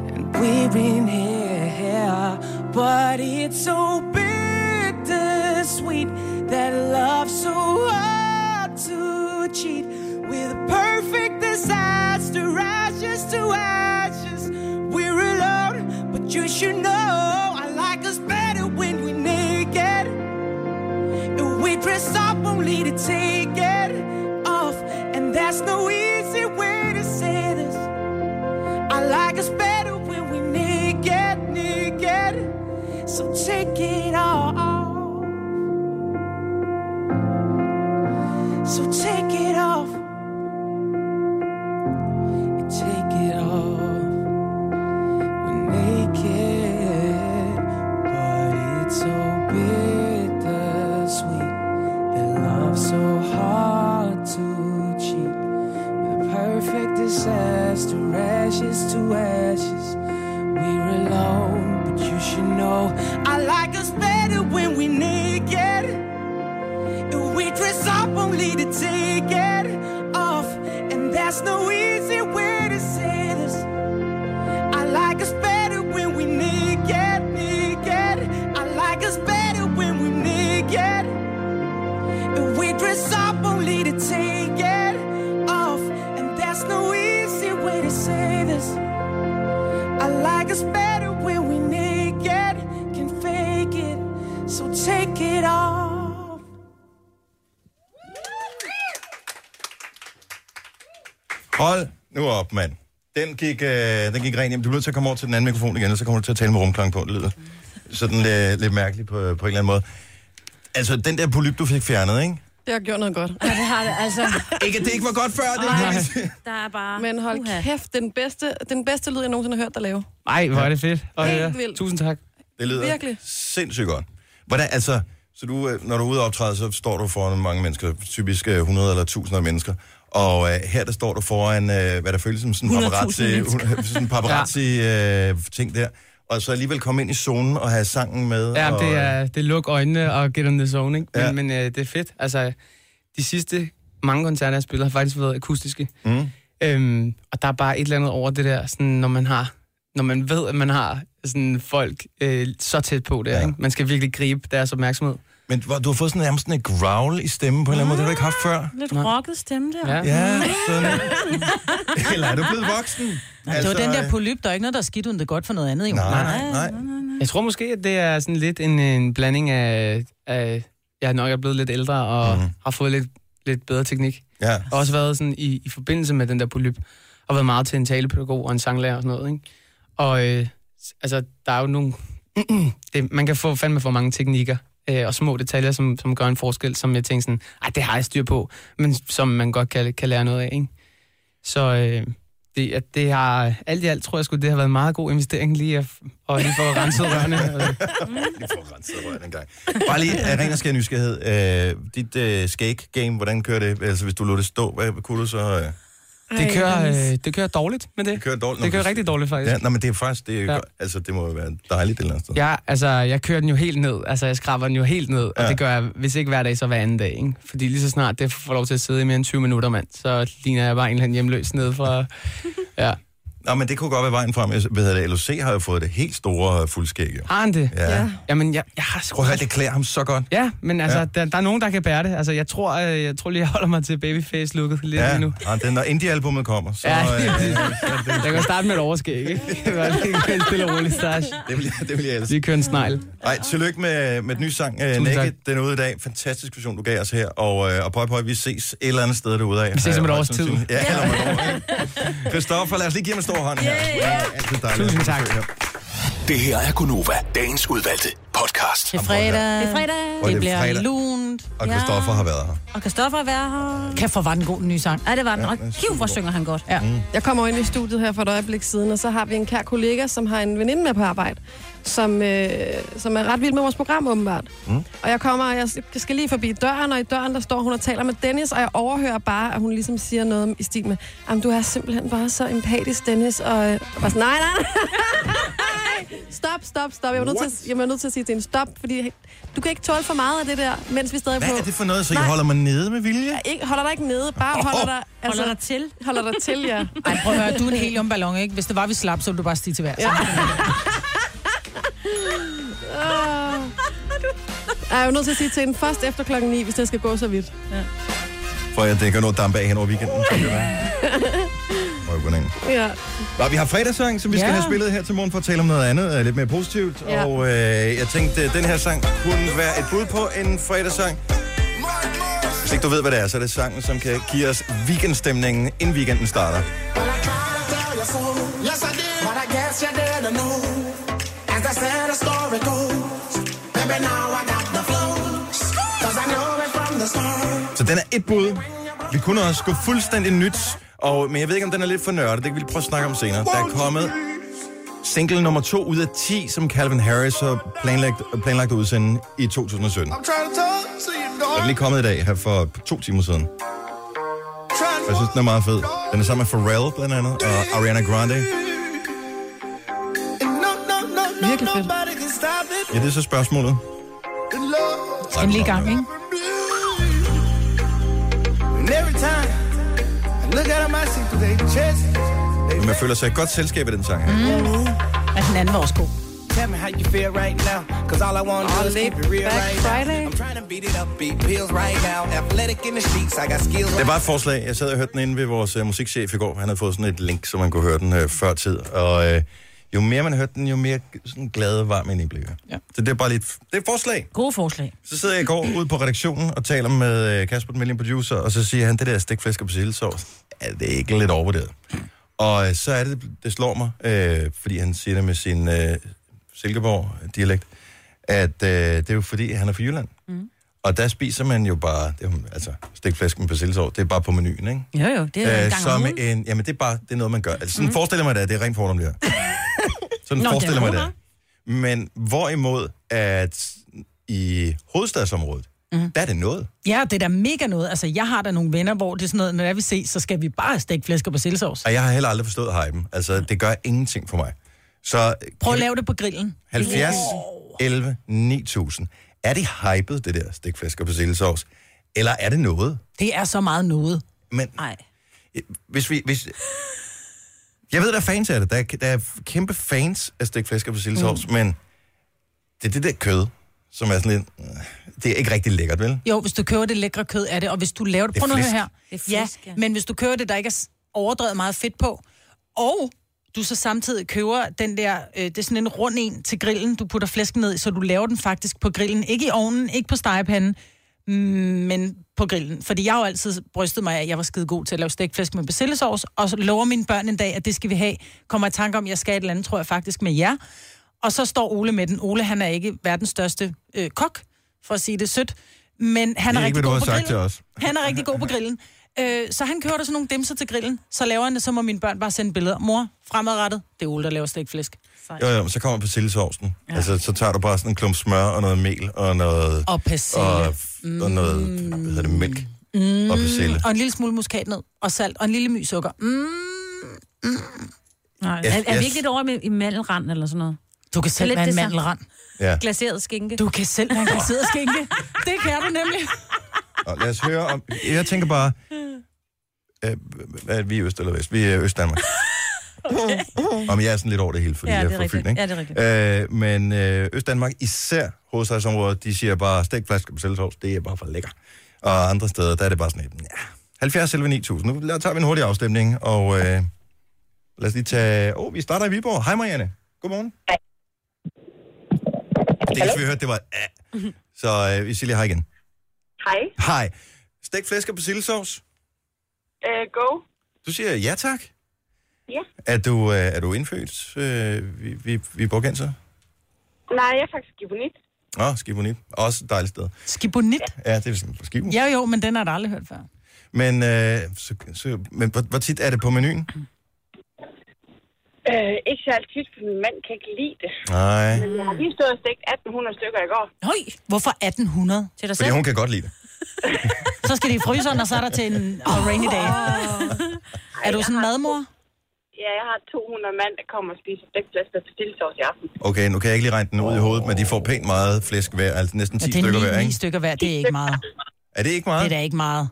S12: And we're in here. But it's so bittersweet that love so hard to cheat. We're the perfect disaster, ashes to ashes. We're alone, but you should know I like us better when we're naked. And we dress up only to take it off, and that's no easy way to say this. I like us better when we're naked, naked. So take it off. So take it off. Take it off. We're naked, but it's so bittersweet. That love so hard to cheat. We're the perfect disaster, ashes to ashes. We're alone, but you should know I like us better when we're naked. And we dress up only to take it off, and that's no easy way to say this. I like us better when we naked, naked. I like us better when we naked. And we dress up only to take it off, and that's no easy way to say this. I like us better when we naked, can fake it, so take it off.
S1: Hold nu op, mand. Den gik, øh, den gik rent hjem. Du bliver nødt til at komme over til den anden mikrofon igen, ellers så kommer du til at tale med rumklang på. Det lyder sådan lidt, lidt mærkeligt på, på en eller anden måde. Altså, den der polyp, du fik fjernet, ikke?
S4: Det har gjort noget godt.
S3: Ja, det har det, altså.
S1: Ikke, at det ikke var godt før, det
S3: Ej,
S1: er
S3: Der er bare...
S4: Men hold
S3: Uha.
S4: kæft, den bedste, den bedste lyd, jeg nogensinde har hørt dig lave.
S11: Ej, hvor er det fedt. Og,
S4: Helt
S11: ja,
S4: vildt.
S11: tusind tak.
S1: Det lyder
S4: Virkelig.
S1: sindssygt godt. Hvordan, altså, så du, øh, når du er ude og optræde, så står du foran mange mennesker, typisk øh, 100 eller 1000 af mennesker. Og øh, her der står du foran, øh, hvad der føles som sådan en
S13: 100.000
S1: paparazzi,
S13: mennesker.
S1: hun- sådan en paparazzi øh, ting der. Og så alligevel komme ind i zonen og have sangen med.
S11: Ja,
S1: og,
S11: det er, det er luk øjnene og get on the zone, ikke? Men,
S1: Ja.
S11: ja. men øh, det er fedt. Altså, de sidste mange koncerter, jeg spiller, har faktisk været akustiske.
S1: Mm.
S11: Øhm, og der er bare et eller andet over det der, sådan, når man har når man ved, at man har sådan folk øh, så tæt på der. Ja. Ikke? Man skal virkelig gribe deres opmærksomhed.
S1: Men hvor- du har fået sådan nærmest sådan et growl i stemmen på en eller anden måde. Det har du ikke haft før.
S3: Lidt rocket stemme der.
S1: Ja. Ja, sådan. Eller er du blevet voksen? øh,
S2: Nej, altså, Mm. det var den der polyp, der er ikke noget, der er skidt uden det er godt for noget andet. Jo.
S11: Nej,
S1: nej.
S11: Jeg tror måske, at det er sådan lidt en, en blanding af, af, jeg nok er blevet lidt ældre og mm. har fået lidt, lidt bedre teknik.
S1: Mhm. Ja.
S11: Og også været sådan i, i forbindelse med den der polyp, og været meget til en talepædagog og en sanglærer og sådan noget. Ikke? Og øh, s- altså, der er jo nogle... det, man kan få fandme for mange teknikker øh, og små detaljer, som, som gør en forskel, som jeg tænker sådan, ej, det har jeg styr på, men som man godt kan, kan lære noget af. Ikke? Så øh, det, at det har, alt i alt tror jeg sgu, det har været en meget god investering lige at, og lige få renset rørene. Øh. Og,
S1: røret en gang. Bare lige af ren og skær nysgerrighed. Øh, dit øh, skæg-game, hvordan kører det? Altså, hvis du lod det stå, hvad hvad kunne du så... Øh?
S11: det, kører, øh, det kører dårligt med det. Det
S1: kører dårligt.
S11: Det kører rigtig dårligt faktisk.
S1: Ja, nej, men det er faktisk... Det, er,
S11: Ja.
S1: ja. altså, det må jo være dejligt et eller andet sted.
S11: Ja, altså, jeg kører den jo helt ned. Altså, jeg skraber den jo helt ned, og
S1: Ja.
S11: ja. det gør jeg, hvis ikke hver dag, så hver anden dag. Ikke? Fordi lige så snart det får lov til at sidde i mere end 20 minutter, mand, så ligner jeg bare en eller anden hjemløs nede fra... Ja.
S1: Nå, men det kunne godt være vejen frem. Jeg ved, at LOC har jo fået det helt store øh, fuldskæg, jo.
S11: Har han det?
S1: Ja. Ja.
S11: Jamen, jeg, jeg har sgu...
S1: Prøv at høre, det klæder ham så godt.
S11: Ja, men altså,
S1: Ja.
S11: ja. Der, der, er nogen, der kan bære det. Altså, jeg tror, øh, jeg tror lige, jeg holder mig til babyface-looket lidt
S1: Ja,
S11: lige nu.
S1: og den, når indie-albummet kommer, så...
S11: Ja,
S1: øh,
S11: lige præcis. Jeg kan starte med et overskæg, ikke? Det var lige en stille og rolig start.
S1: Det vil, jeg- det vil jeg ellers.
S11: Lige køre en snegl.
S1: Ej, tillykke med, med den nye sang, uh, Naked. Den er ude i dag. Fantastisk vision, du gav os her. Og, øh, og pøj, pøj, vi ses et eller andet sted derude af. Øh,
S11: Vi ses om et års tid.
S1: Ja, eller om et år. ikke? Christoffer, lad os lige give ham en stor hånd her. Yeah. Altid dejligt. Tusind tak.
S6: Det her er Gunova, dagens udvalgte podcast.
S2: Det er fredag.
S3: Det er fredag.
S1: Hvor er
S2: Det
S1: det
S2: bliver
S1: fredag.
S2: lunt.
S1: Og Christoffer har været her.
S3: Og Christoffer være her.
S2: Kan for var den god den nye sang.
S3: Ja, det var den.
S1: Ja,
S3: Og
S1: den er
S3: hiv, hvor synger han godt.
S2: Ja.
S4: Jeg kommer ind i studiet her for et øjeblik siden, og så har vi en kær kollega, som har en veninde med på arbejde, som, øh, som er ret vild med vores program, åbenbart. Mm. Og jeg kommer, og jeg skal lige forbi døren, og i døren, der står hun og taler med Dennis, og jeg overhører bare, at hun ligesom siger noget i stil med, jamen, du er simpelthen bare så empatisk, Dennis, og øh, jeg var sådan, nej, nej, nej, stop, stop, stop. Jeg var, nødt til, at- jeg var nødt til at sige til hende, stop, fordi du kan ikke tåle for meget af det der, mens vi stadig er på.
S1: Hvad er det for noget, så jeg
S4: Nej.
S1: holder mig nede med vilje?
S4: Ja, ikke, holder dig ikke nede, bare holder altså- dig...
S3: Holder dig til.
S4: Holder dig til, ja.
S2: Ej, prøv at høre, du er en heliumballon, ikke? Hvis det var, vi slap, så ville du bare stige til vejr. Ja.
S4: Åh. Ej, Jeg er jo nødt til at sige til den først efter klokken 9, hvis det skal gå så vidt. Ja.
S1: For jeg dækker noget damp af hen over weekenden. Prøv at ind.
S4: ja.
S1: Nå, vi har fredagssang, som vi skal
S4: Ja.
S1: have spillet her til morgen for at tale om noget andet, øh, lidt mere positivt.
S4: Ja.
S1: Og øh, jeg tænkte, øh, den her sang kunne være et bud på en fredagssang. Hvis ikke du ved, hvad det er, så er det sangen, som kan give os weekendstemningen, inden weekenden starter.
S9: Yes, I did. But I guess you didn't know. As I said, the story goes. Baby, now I got the flow. Cause I know it from the start.
S1: Så den er et bud. Vi kunne også gå fuldstændig nyt, og, men jeg ved ikke, om den er lidt for nørdet. Det kan vi lige prøve at snakke om senere. Der er kommet single nummer 2 ud af 10, som Calvin Harris har planlagt, planlagt at udsende i 2017.
S9: I'm trying to talk to you,
S1: Den er
S9: dog.
S1: lige kommet i dag, her for to timer siden.
S9: Trying
S1: Og Jeg synes, den er meget fed. Den er sammen med Pharrell, blandt andet, og Ariana Grande.
S9: And no, no, no, no,
S4: Virkelig fedt.
S9: nobody can stop it.
S1: Ja, det er så spørgsmålet.
S9: In love.
S2: Endelig i gang, ikke?
S9: And every time I look at 'em, I see through their chest.
S1: Men man føler sig i godt selskab i den sang her.
S2: Mm. At den anden var også god.
S9: Tell me how you feel right now. Cause all I want to do is keep it real
S4: Back
S9: right
S4: Friday.
S9: now. I'm trying to beat it up, beat pills right now. Athletic in the streets, I got skills
S1: Det
S9: right
S1: var et forslag. Jeg sad og hørte den inde ved vores uh, musikchef i går. Han havde fået sådan et link, så man kunne høre den uh, før tid. Og uh, jo mere man hørte den, jo mere sådan glad og varm ind i blev jeg. Ja. Så det er bare lidt... Det er et forslag.
S3: Gode forslag.
S1: Så sidder jeg i går ude på redaktionen og taler med øh, Kasper, den million producer, og så siger han, det der stikflæsk og persillesovs, er det ikke lidt overvurderet? Og øh, så er det, det slår mig, øh, fordi han siger det med sin øh, Silkeborg-dialekt, at øh, det er jo fordi, han er fra Jylland. Mm. Og der spiser man jo bare, det er, jo- altså stikflæsk med persillesovs, det er bare på menuen, ikke?
S3: Jo, jo, det er jo en gang om
S1: Øh, som
S3: ugen.
S1: en, jamen det er bare, det er noget, man gør. Altså, sådan mm. forestiller jeg mig det, er. det er rent fordom, det her. sådan
S3: Mhm. Nå,
S1: Nå,
S3: det er
S1: forestiller jeg mig det.
S3: fordom.
S1: er. Men hvorimod, at i hovedstadsområdet,
S3: Mhm.
S1: mm. der er det noget.
S2: Ja, det er da mega noget. Altså, jeg har da nogle venner, hvor det er sådan noget, når det er, vi ses, så skal vi bare stikke flæsk og persillesovs.
S1: Og jeg har heller aldrig forstået hypen. Altså, det gør ingenting for mig. Så
S2: Prøv at lave det på grillen.
S1: 70, 11, 9000. Er det hypet, det der stikflæsk og persillesovs? Eller er det noget?
S2: Det er så meget noget.
S1: Men Øh,
S3: Nej.
S1: Hvis vi... Hvis, jeg ved, der er fans af det. Der er, der er kæmpe fans af stikflæsk og persillesovs, mm. men det er det der kød, som er sådan lidt... øh, Det er ikke rigtig lækkert, vel?
S2: Jo, hvis du køber det lækre kød af det, og hvis du laver det...
S1: Det er
S2: Prøv nu at høre
S1: flæsk.
S2: her. ja. men hvis du køber det, der ikke er s- overdrevet meget fedt på, og du så samtidig køber den der, øh, det er sådan en rund en til grillen, du putter flæsken ned, i, så du laver den faktisk på grillen. Ikke i ovnen, ikke på stegepanden, mm, men på grillen. Fordi jeg har jo altid brystet mig af, at jeg var skide god til at lave stegt flæsk med persillesovs, og så lover mine børn en dag, at det skal vi have. Kommer i tanke om, at jeg skal et eller andet, tror jeg faktisk, med jer. Og så står Ole med den. Ole, han er ikke verdens største øh, kok, for at sige det sødt. Men han
S1: Det
S2: er,
S1: er ikke,
S2: rigtig
S1: hvad du
S2: god
S1: har
S2: på
S1: sagt
S2: grillen.
S1: til os.
S2: Han er rigtig god på grillen. Øh, så han kører der sådan nogle dimser til grillen. Så laver han det, så må mine børn bare sende billeder. Mor, fremadrettet, det er Ole, der laver stegt flæsk.
S1: Jo, jo, men så kommer persillesovsen. Ja. Altså, så tager du bare sådan en klump smør og noget mel og noget...
S2: Og persille.
S1: Og, og noget, hvad hedder det, mælk.
S2: Mm,
S1: Og persille.
S2: og en lille smule muskat ned, og salt, og en lille my sukker. Mm, mm.
S3: Nej.
S2: Yes,
S3: Er, er vi
S2: yes.
S3: ikke lidt over med, i mandelrand eller sådan noget?
S2: Du kan selv
S3: Det er lidt
S2: være en
S3: det samme.
S2: mandelrand.
S1: Ja.
S3: Glaseret skinke.
S2: Du kan selv være en glaseret skinke. Det kan du nemlig.
S1: Og lad os høre om... Jeg tænker bare... Øh, hvad er vi i Øst eller Vest? Vi er Øst-Danmark.
S3: Okay.
S1: Om jeg er sådan lidt over det hele, fordi
S3: Ja,
S1: ja, jeg
S3: det
S1: er
S3: er
S1: fra
S3: rigtigt.
S1: Fyn, ikke?
S3: Ja, det er rigtigt.
S1: Øh, men øh, Øst-Danmark, især hovedstadsområdet, de siger bare, stegt flaske på selvsovs, det er bare for lækker. Og andre steder, der er det bare sådan et, ja, 70 selv 9000. Nu la- tager vi en hurtig afstemning, og øh, lad os lige tage... Åh, oh, vi starter i Viborg. Hej Marianne. Godmorgen. Det eneste, vi hørte, det var, ja. Så øh, vi siger lige hej igen.
S8: Hej.
S1: Hej. Stegt flæsk og persillesovs.
S8: Uh, go.
S1: Du siger ja tak.
S8: Ja.
S1: Er du, øh, er du indfødt, øh, vi, vi, vi borgenser?
S8: Nej, jeg er faktisk gibonit.
S1: Nå, Skibonit. Også et dejligt sted.
S2: Skibonit?
S1: Ja, det er sådan på Skibo.
S2: Ja, jo, men den har jeg da aldrig hørt før.
S1: Men, øh, så, så, men hvor, hvor tit er det på menuen?
S8: Uh, ikke særlig tit, for min mand kan ikke lide det.
S1: Nej.
S2: øh,
S8: Men jeg har lige stået og stegt 1800 stykker i går.
S2: Høj, hvorfor 1800?
S3: Til dig
S1: Fordi hun kan godt lide det.
S2: Så skal de i fryseren, og så er der til en og rainy day. Er du sådan en madmor?
S8: Ja, jeg har 200 mand, der kommer og spiser stegflæsk og persillesovs i aften.
S1: Okay, nu kan jeg ikke lige regne den ud i hovedet, men de får pænt meget flæsk hver, altså næsten 10
S2: Ja, det
S1: stykker
S2: er
S1: hver,
S2: 9,
S1: ikke?
S2: stykker hver, det er ikke meget.
S1: Er det ikke
S2: Det
S1: meget?
S2: er da ikke meget.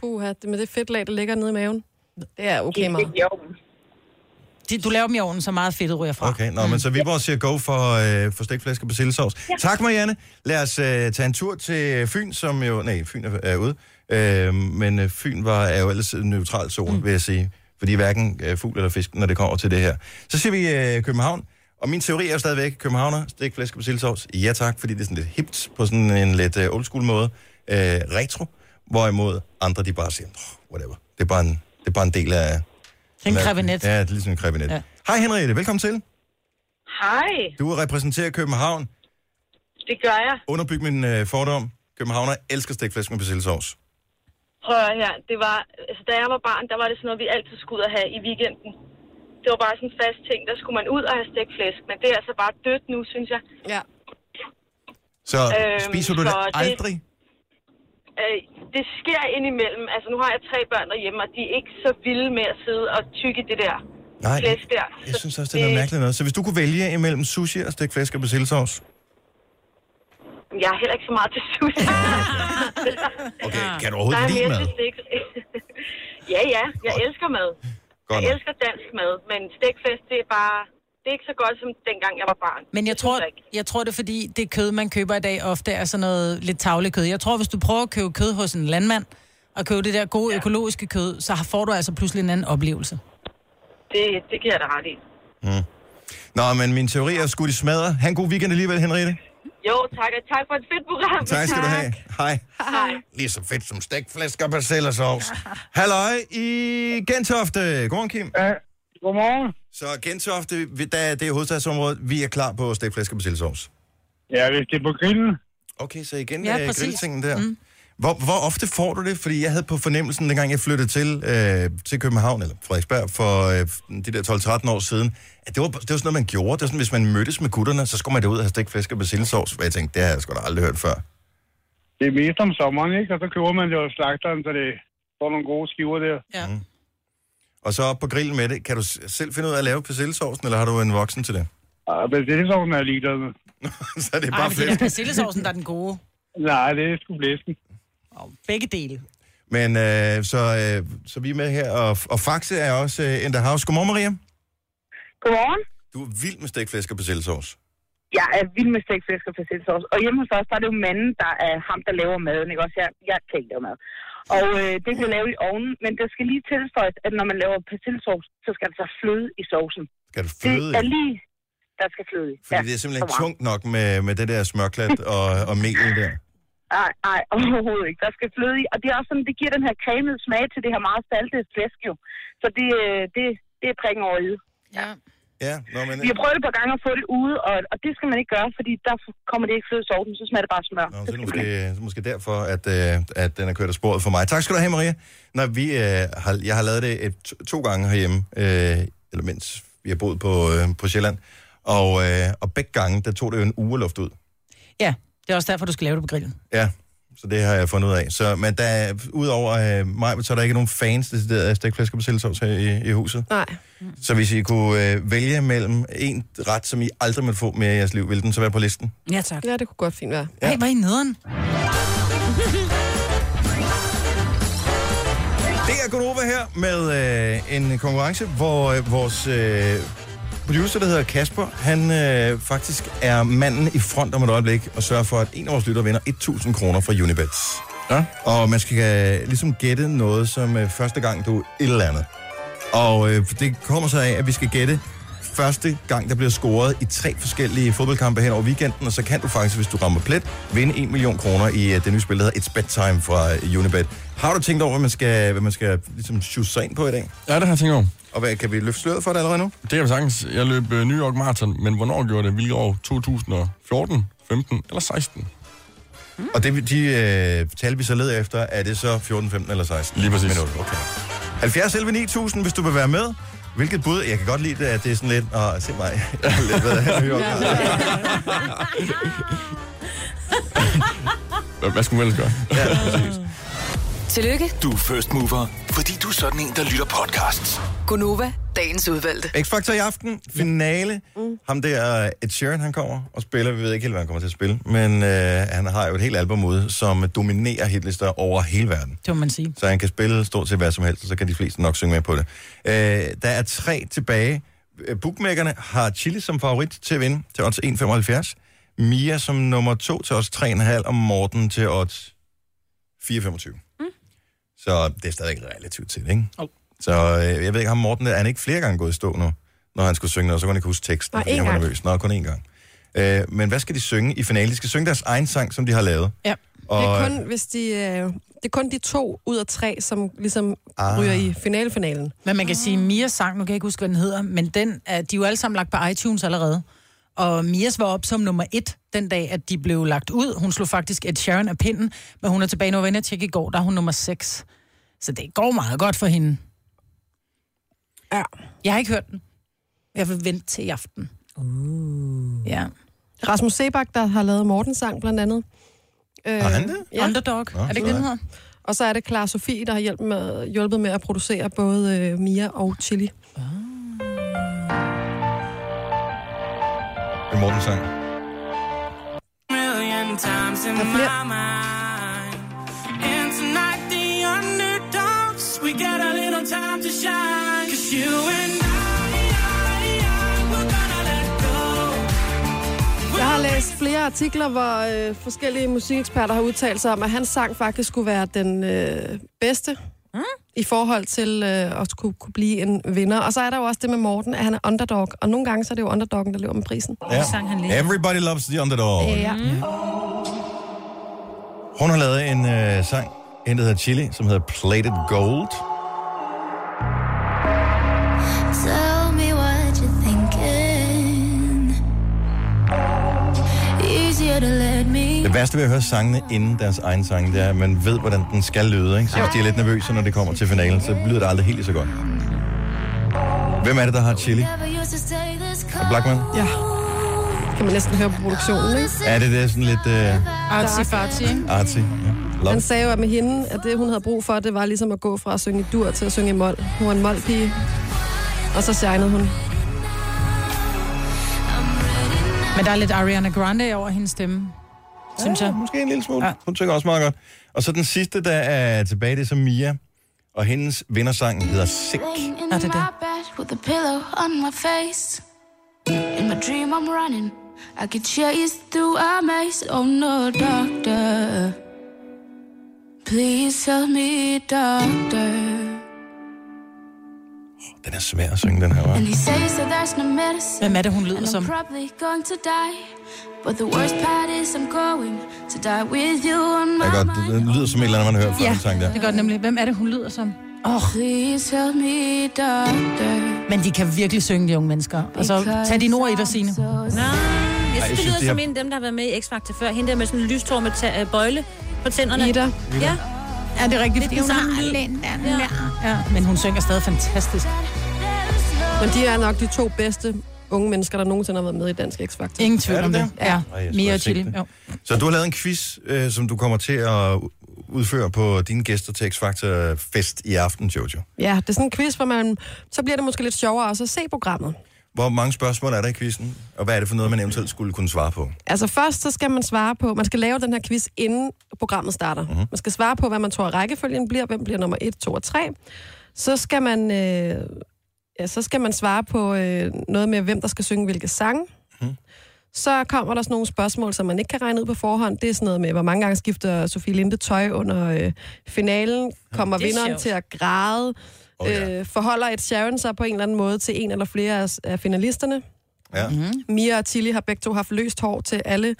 S4: Puha, det med det fedtlag, der ligger nede i maven. Det er okay meget.
S2: De- Du laver dem i ovnen, så meget fedtet ryger fra.
S1: Okay, nå, men så Viborg siger go for, øh, for stegt flæsk og persillesovs. Ja. Tak, Marianne. Lad os øh, tage en tur til Fyn, som jo... Nej, Fyn er, er ude. Øh, men øh, Fyn var, er jo ellers en neutral zone, mm. vil jeg sige. Fordi hverken øh, fugl eller fisk, når det kommer til det her. Så siger vi øh, København. Og min teori er jo stadigvæk, københavner, stegt flæsk og persillesovs. Ja tak, fordi det er sådan lidt hipt på sådan en lidt øh, old school måde. Øh, retro. Hvorimod andre, de bare siger, "Åh, whatever. Det er bare en, det er bare en del af...
S2: En krebinet.
S1: Ja, det er ligesom en krebinet. Ja.
S2: Ja.
S1: Hej Henriette, velkommen til.
S8: Hej,
S1: Du repræsenterer København.
S8: det gør jeg.
S1: Underbyg min øh, fordom. Københavner elsker stegflæsk med persillesovs.
S8: Prøv at høre her, det var, altså, da jeg var barn, der var det sådan noget, vi altid skulle ud og have i weekenden. Det var bare sådan en fast ting, der skulle man ud og have stegt flæsk, men det er altså bare dødt nu, synes jeg.
S4: Ja.
S1: Så
S8: Øhm,
S1: spiser du det
S8: så det-
S1: aldrig?
S8: Øh, det sker indimellem. Altså, nu har jeg tre børn derhjemme, og de er ikke så vilde med at sidde og tykke det der
S1: Nej,
S8: flæsk der.
S1: jeg synes også, det er noget mærkeligt noget. Så hvis du kunne vælge imellem sushi og stegflæsk og persillesovs?
S8: Jeg er heller ikke så meget til sushi.
S1: Okay, kan du
S8: Der
S1: overhovedet
S8: er
S1: lide
S8: mere
S1: mad?
S8: til stik. ja, ja, jeg elsker mad.
S1: Godt
S8: Jeg
S1: nok.
S8: elsker dansk mad, men stegfest, det er bare... Det er ikke så godt, som dengang jeg var barn.
S2: Men jeg tror, jeg tror, det er fordi, det kød, man køber i dag, ofte er sådan noget lidt tavlekød. Jeg tror, hvis du prøver at købe kød hos en landmand, og købe det der gode ja. økologiske kød, så får du altså pludselig en anden oplevelse.
S8: Det, det giver jeg dig ret i.
S1: Mm. Nå, men min teori er skudt i smadre. Ha' en god weekend alligevel, Henriette.
S8: Jo, tak, og tak for et fedt program.
S1: Tak skal du have. Hej.
S8: Hej.
S1: Lige så fedt som stegflæsk og persillesovs. Halløj i Gentofte. Godmorgen, Kim. Ja,
S13: godmorgen.
S1: Så Gentofte, vi- der, det er hovedstadsområdet. Vi er klar på stegflæsk og persillesovs.
S13: Ja, hvis det er på grillen.
S1: Okay, så igen
S13: Ja,
S1: ja, øh,
S13: præcis.
S1: grilltingen der. Mm. Hvor, hvor ofte får du det? Fordi jeg havde på fornemmelsen, dengang jeg flyttede til, øh, til København, eller Frederiksberg, for øh, de der 12-13 år siden, at det var, det var sådan noget, man gjorde. Det var sådan, hvis man mødtes med gutterne, så skulle man derud og have stegt flæsk og persillesovs. Hvad jeg tænkte, det har jeg sgu da aldrig hørt før.
S13: Det er mest om sommeren, ikke? Og så køber man det hos slagteren, så det får nogle gode skiver der.
S2: Ja.
S1: Mm. Og så op på grillen med det. Kan du s- selv finde ud af at lave persillesovsen, eller har du en voksen til det?
S13: Og persillesovsen er jeg ligeglad med.
S1: så det er
S2: Ej,
S1: bare
S2: men det er
S1: flæsk.
S2: persillesovsen, der er den gode.
S13: Nej, det er sgu blæsken.
S2: Begge dele.
S1: Men øh, så, øh, så vi er med her, og, og Faxe er også øh, in the house. Godmorgen, Maria.
S14: Godmorgen.
S1: Du er vild med stegt på persillesauce.
S14: Jeg er vild med stegt flæsk og persillesauce. Og hjemme hos os, der er det jo manden, der er ham, der laver maden, ikke også? Jeg, jeg kan ikke lave mad. Og øh, det kan lave i ovnen, men der skal lige tilføjes, at når man laver persillesauce, så skal der så fløde i saucen.
S1: Skal det
S14: Det
S1: føde?
S14: er lige, der skal fløde i.
S1: Fordi ja, det er simpelthen
S14: så meget.
S1: tungt nok med, med det der smørklat og, og melet der.
S14: Nej, nej, overhovedet ikke. Der skal fløde i. Og det er også sådan, det giver den her cremede smag til det her meget saltede flæsk jo. Så det, øh, det, det er prikken over i.
S2: Ja.
S1: Ja, nå, men...
S14: Vi har prøvet det et par gange at få det ude, og, og det skal man ikke gøre, fordi der kommer det ikke fløde i sovsen, så smager det bare af smør.
S1: Nå, så er det måske, så måske derfor, at, øh, at den er kørt af sporet for mig. Tak skal du have, Maria. Når vi, øh, har, jeg har lavet det et, to, to gange herhjemme, øh, eller mens vi har boet på, øh, på Sjælland. Og, øh, og begge gange, der tog det jo en uge at lufte ud.
S2: Ja, det er også derfor, du skal lave det på grillen.
S1: Ja, så det har jeg fundet ud af. Så, men der, udover øh, mig, så er der ikke nogen fans, decideret af stegflæsk og persillesovs her i, i huset.
S4: Nej.
S1: Så hvis I kunne øh, vælge mellem en ret, som I aldrig vil få mere i jeres liv, vil den så være på listen?
S3: Ja, tak.
S4: Ja, det kunne godt fint være.
S2: Ja. Hey, var I nederen?
S1: Det er Gunova her med øh, en konkurrence, hvor øh, vores øh, producer, der hedder Kasper, han øh, faktisk er manden i front om et øjeblik og sørger for, at en af vores lyttere vinder 1.000 kroner fra Unibet. Ja. Og man skal øh, ligesom gætte noget, som øh, første gang du et eller andet. Og øh, det kommer så af, at vi skal gætte første gang, der bliver scoret i tre forskellige fodboldkampe hen over weekenden, og så kan du faktisk, hvis du rammer plet, vinde 1 million kroner i uh, det nye spil, der hedder It's Bet Time fra øh, Unibet. Har du tænkt over, hvad man skal, hvad man skal ligesom shoot sig ind på i dag?
S15: Ja, det har jeg tænkt over.
S1: Og hvad, kan vi løfte sløret for det allerede nu?
S15: Det kan vi sagtens. Jeg løb øh, New York Marathon, men hvornår gjorde jeg det? Hvilket år? 2014, 15 eller 16?
S1: Mm. Og det, de øh, tal, vi så leder efter, er det så 14, 15 eller 16? Lige præcis. Minutter. Okay. 70 11 9000, hvis du vil være med. Hvilket bud? Jeg kan godt lide, det, at det er sådan lidt... Åh, se mig. Jeg har lidt været her i New York.
S15: Hvad- Hvad skulle man ellers gøre?
S5: Tillykke,
S6: Du er first mover, fordi du er sådan en, der lytter podcasts.
S5: Gunova, dagens udvalgte.
S1: X-Factor i aften, finale. Mm. Ham der, Ed Sheeran, han kommer og spiller. Vi ved ikke helt, hvad han kommer til at spille. Men øh, han har jo et helt album ude, som dominerer hitlister over hele verden.
S2: Det må man sige.
S1: Så han kan spille stort set hvad som helst, og så kan de fleste nok synge med på det. Øh, der er tre tilbage. Øh, Bookmakerne har Chili som favorit til at vinde, til odds 1,75. Mia som nummer to til odds 3,5, og Morten til odds 4,25. Mm. Så det er stadig relativt til, ikke?
S2: Oh.
S1: Så øh, jeg ved ikke, ham Morten, er han ikke flere gange gået i stå nu, når han skulle synge noget, så kunne han ikke huske teksten,
S4: Nej,
S1: fordi
S4: én
S1: han var
S4: gang.
S1: nervøs. Nå, kun én gang. Øh, men hvad skal de synge i finalen? De skal synge deres egen sang, som de har lavet.
S4: Ja.
S1: Og,
S4: det, er kun, hvis de, øh, det er kun de to ud af tre, som ligesom
S1: Ah.
S4: ah. ryger i finalefinalen.
S2: Men man kan sige, Mias sang, nu kan jeg ikke huske, hvad den hedder, men den er, de er jo alle sammen lagt på iTunes allerede. Og Mias var op som nummer et den dag, at de blev lagt ud. Hun slog faktisk Ed Sheeran af pinden, men hun er tilbage nu at tjekke i går, der er hun nummer 6. Så det går meget godt for hende. Ja. Jeg har ikke hørt den. Jeg vil vente til i aften. Uh. Ja.
S4: Rasmus Sebak, der har lavet Mortens sang blandt andet. Øh,
S2: Har han det? Underdog. Nå, Er det ikke, den hedder?
S4: Og så er det Clara Sofie, der har hjulpet med, hjulpet med at producere både øh, Mia og Chili.
S1: Det er Mortens sang.
S9: million times in my mind. And tonight the underdogs, we got a little time to shine. Cause you and I, I, I we're gonna let go.
S4: Jeg har læst flere artikler, hvor øh, forskellige musikeksperter har udtalt sig om, at hans sang faktisk skulle være den øh, bedste mm. i forhold til øh, at skulle kunne blive en vinder. Og så er der jo også det med Morten, at han er underdog. Og nogle gange så er det jo underdoggen, der løber med prisen.
S1: Ja. Everybody loves the underdog.
S4: Ja. Mm.
S1: Hun har lavet en øh, sang, en der hedder Chili, som hedder Plated Gold.
S9: Tell me what you're thinking. Easier to let me.
S1: Det værste ved at høre sangene inden deres egen sang, det er, at man ved, hvordan den skal lyde. Ikke? Så hvis de er lidt nervøse, når det kommer til finalen, så lyder det aldrig helt lige så godt. Hvem er det, der har Chili?
S9: Never used to take this
S1: Er det Blackman?
S4: Ja. Kan man næsten høre på produktionen, ikke?
S1: Er det der sådan lidt øh,
S4: Artsy-fartsy, ikke?
S1: artsy? Ja. Love.
S4: Han sagde jo, at med hende, at det, hun havde brug for, det var ligesom at gå fra at synge i dur til at synge i mol. Hun var en molpige. Og så shinede hun.
S2: Men der er lidt Ariana Grande over hendes stemme. synes jeg.
S1: Måske en lille smule. Ja. Hun synger også meget godt. Og så den sidste, der er tilbage, det er så Mia. Og hendes vindersang hedder Sick.
S16: Laying in my bed with a pillow on my face. In my dream, I'm running. I could chase through a maze. Oh no, doctor. Please tell me, doctor.
S1: Den er svær at synge, den her, var.
S16: And he says that there's no medicine.
S2: Hvem er det, hun lyder
S16: And I'm
S2: som?
S16: probably going to die. But the worst part is I'm going to die with you on
S1: Jeg
S16: my
S1: godt, det- det lyder som et eller andet, man hører fra
S2: Ja,
S1: den sang der.
S2: det gør den nemlig. Hvem er det, hun lyder som? Oh. Men de kan virkelig synge, de unge mennesker. Og så tag dine ord i dig, Signe.
S3: Jeg
S2: Ej, jeg
S3: synes, det
S2: synes,
S3: lyder
S2: det
S3: som
S2: er-
S3: en af dem, der har været med i X-Factor før. Hende der med sådan en lystår med ta- øh, bøjle på tænderne.
S2: Ida.
S3: Ja. ligesom
S2: Er det rigtigt?
S3: Fordi hun har
S2: Ja. ja. Men hun synger stadig fantastisk.
S4: Men de er nok de to bedste unge mennesker, der nogensinde har været med i Dansk X-Factor.
S2: Ingen
S1: tvivl Er det om det.
S4: Ja.
S1: Ej, jeg skulle have set det. Så du har lavet en quiz, øh, som du kommer til at udføre på dine gæster til X-Factor Fest i aften, Jojo.
S4: ja, det er sådan en quiz, hvor man... Så bliver det måske lidt sjovere også at se programmet.
S1: Hvor mange spørgsmål er der i quizzen, og hvad er det for noget, man eventuelt skulle kunne svare på?
S4: Altså først, så skal man svare på... Man skal lave den her quiz, inden programmet starter. Mm-hmm. Man skal svare på, hvad man tror, rækkefølgen bliver. Hvem bliver nummer 1, 2 og 3? Så skal man... Øh, ja, så skal man svare på øh, noget med, hvem der skal synge hvilke sange. Mm-hmm. Så kommer der sådan nogle spørgsmål, som man ikke kan regne ud på forhånd. Det er sådan noget med, hvor mange gange skifter Sofie Linde tøj under øh, finalen? Kommer
S2: Det er
S4: vinderen
S2: sjovt.
S4: til at græde? Oh, ja. øh, forholder et Sharon sig på en eller anden måde til en eller flere af, af finalisterne?
S1: Ja.
S4: Mm. Mia og Tilly har begge to haft løst hår til alle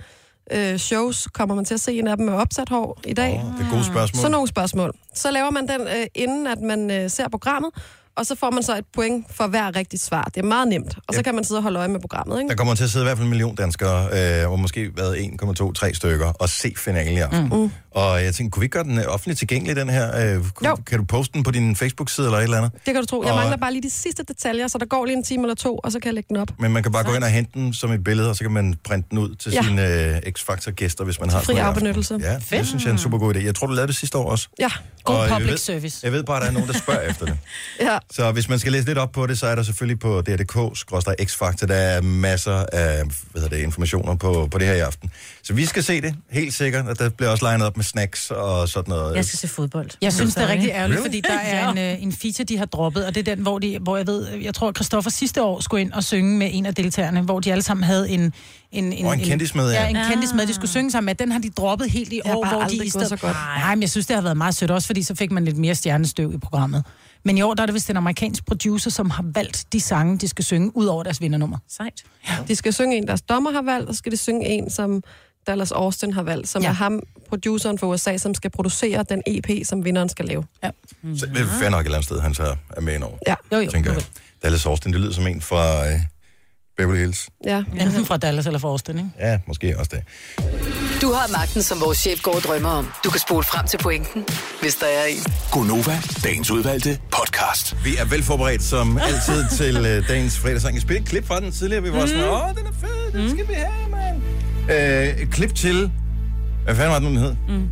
S4: øh, shows. Kommer man til at se en af dem med opsat hår i dag? Oh,
S1: det er gode spørgsmål.
S4: Sådan nogle spørgsmål. Så laver man den, øh, inden at man øh, ser programmet, og så får man så et point for hver rigtigt svar. Det er meget nemt. Og så kan man sidde og holde øje med programmet, ikke?
S1: Der kommer til at sidde i hvert fald en million danskere, øh, og måske været 1,2-3 stykker, og se finalen i aften. Mm. Og jeg tænkte, kunne vi ikke gøre den øh, offentligt tilgængelig, den her? Øh, kunne, kan du poste den på din Facebook-side eller et eller andet?
S4: Det kan du tro. Jeg
S1: Og-
S4: mangler bare lige de sidste detaljer, så der går lige en time eller to, og så kan jeg lægge den op.
S1: Men man kan bare gå ind og hente den som et billede, og så kan man printe den ud til ja.
S4: Ja.
S1: sine øh, X-Factor-gæster, hvis man har
S4: Fri
S1: sådan en
S4: afbenyttelse.
S1: aften. Ja, Fedt. det synes jeg er en super god idé. Jeg tror, du lavede det sidste år også.
S4: Ja.
S1: Og jeg ved-
S2: service.
S1: Jeg ved bare, at der er nogen, der spørger efter det.
S4: Ja.
S1: Så hvis man skal læse lidt op på det, så er der selvfølgelig på DRDK, x faktor der er masser af hvad hedder det, informationer på, på det her i aften. Så vi skal se det, helt sikkert, og der bliver også legnet op med snacks og sådan noget.
S3: Jeg skal se fodbold.
S2: Jeg synes, det er rigtig ærgerligt,
S1: Really?
S2: fordi der er en, øh, en feature, de har droppet, og det er den, hvor, de, hvor jeg ved, øh, jeg tror, at Christoffer sidste år skulle ind og synge med en af deltagerne, hvor de alle sammen havde en... En,
S1: Og en kendis med, ja.
S2: ja. en kendis med, de skulle synge sammen med. Den har de droppet helt i
S4: Ah. har
S2: år,
S4: bare
S2: hvor de
S4: aldrig
S2: i
S4: gået
S2: stedet...
S4: så godt.
S2: Nej, men jeg synes, det har været meget sødt, også fordi så fik man lidt mere stjernestøv i programmet. Men i år, der er det vist en amerikansk producer, som har valgt de sange, de skal synge, ud over deres vindernummer.
S3: Sejt.
S4: De skal synge en, deres dommer har valgt, og så skal de synge en, som Dallas Austin har valgt, som ja. er ham, produceren for USA, som skal producere den EP, som vinderen skal lave.
S2: Ja.
S1: Så det er fair nok et eller andet sted, han så er med ind over.
S4: Ja.
S2: Jo, jo.
S1: Tænker jeg. Dallas Austin, det lyder som en fra øh, Beverly Hills.
S4: Ja.
S2: Enten fra Dallas eller fra Austin, ikke?
S1: Ja, måske også det.
S5: Du har magten, som vores chef går og drømmer om. Du kan spole frem til pointen, hvis der er en.
S6: Gonova, dagens udvalgte podcast.
S1: Vi er velforberedt som altid til øh, dagens fredagssang. Jeg spillede et klip fra den tidligere, vi var mm. sådan, åh, den er fed, den skal vi have, mand. Øh, et klip til... Hvad fanden var den, den hed?
S2: Mm.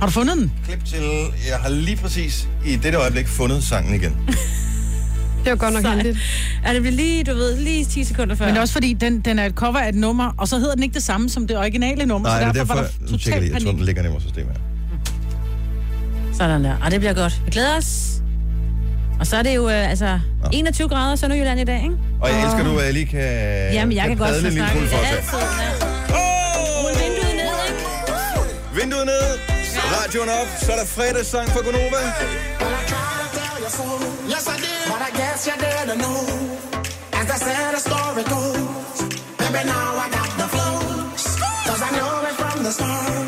S2: Har du fundet den?
S1: Klip til... Jeg har lige præcis i dette øjeblik fundet sangen igen.
S4: Det var godt nok heldigt.
S3: Er det bliver lige, du ved, lige 10 sekunder før?
S2: Men det er også fordi, den, den er et cover af et nummer, og så hedder den ikke det samme som det originale nummer,
S1: Nej,
S2: så
S1: det er
S2: derfor,
S1: derfor...
S2: var der
S1: Nu tjekker jeg
S2: total
S1: lige. Jeg tror,
S2: panik.
S1: den ligger ned i vores system her.
S3: Sådan der. Og det bliver godt. Vi glæder os. Og så er det jo øh, altså 21 grader Sønderjylland i dag, ikke?
S1: Og
S2: Ah.
S1: jeg elsker, du øh, lige kan...
S3: Jamen, jeg kan godt
S1: padle en lille smule for os her.
S3: Altid, ja. Rul vinduet ned, ikke?
S1: Vinduet ned, radioen op, så er der fredagssang fra Gonova.
S9: Yes, I did. But I guess you didn't know. As I said, the story goes. Baby, now I got the flows. Cause I know it from the start.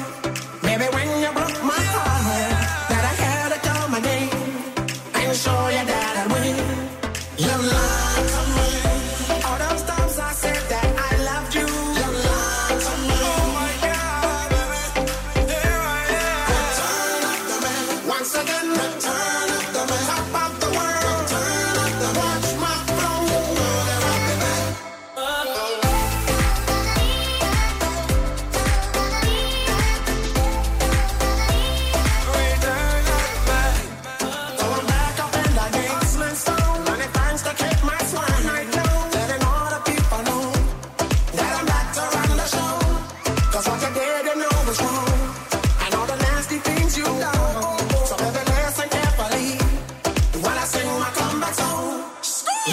S9: Baby, when you broke my heart, that I had to call my name and show you that I win. You lied to me. All those times I said that I loved you. You lied to me. Oh my God, baby. There I am. Return of the man. Once again, return of the man. Top of the world. Return of the man. Watch my throne. Rolling up the back. Up. Oh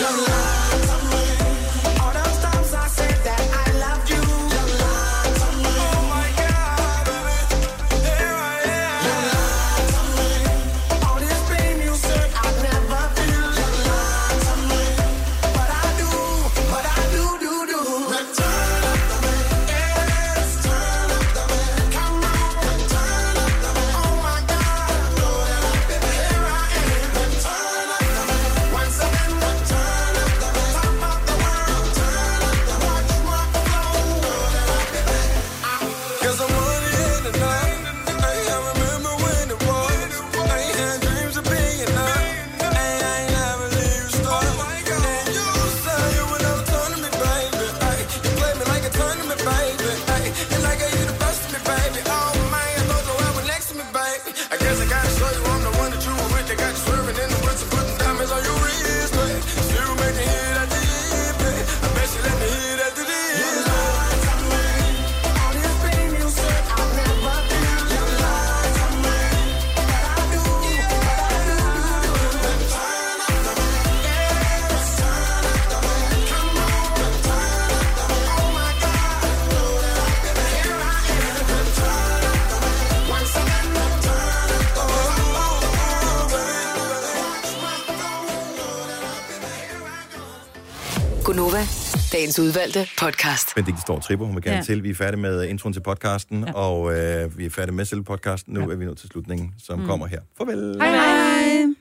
S9: Oh Oh,
S5: Dagens udvalgte podcast.
S1: Men det står tripper, hun vil gerne
S5: Ja.
S1: ja. til. Vi er færdige med øh, introen til podcasten, ja. og øh, vi er færdige med selve podcasten. Nu ja. er vi nået til slutningen, som
S5: Mm.
S1: mm. kommer her. Farvel.
S5: Hej hej.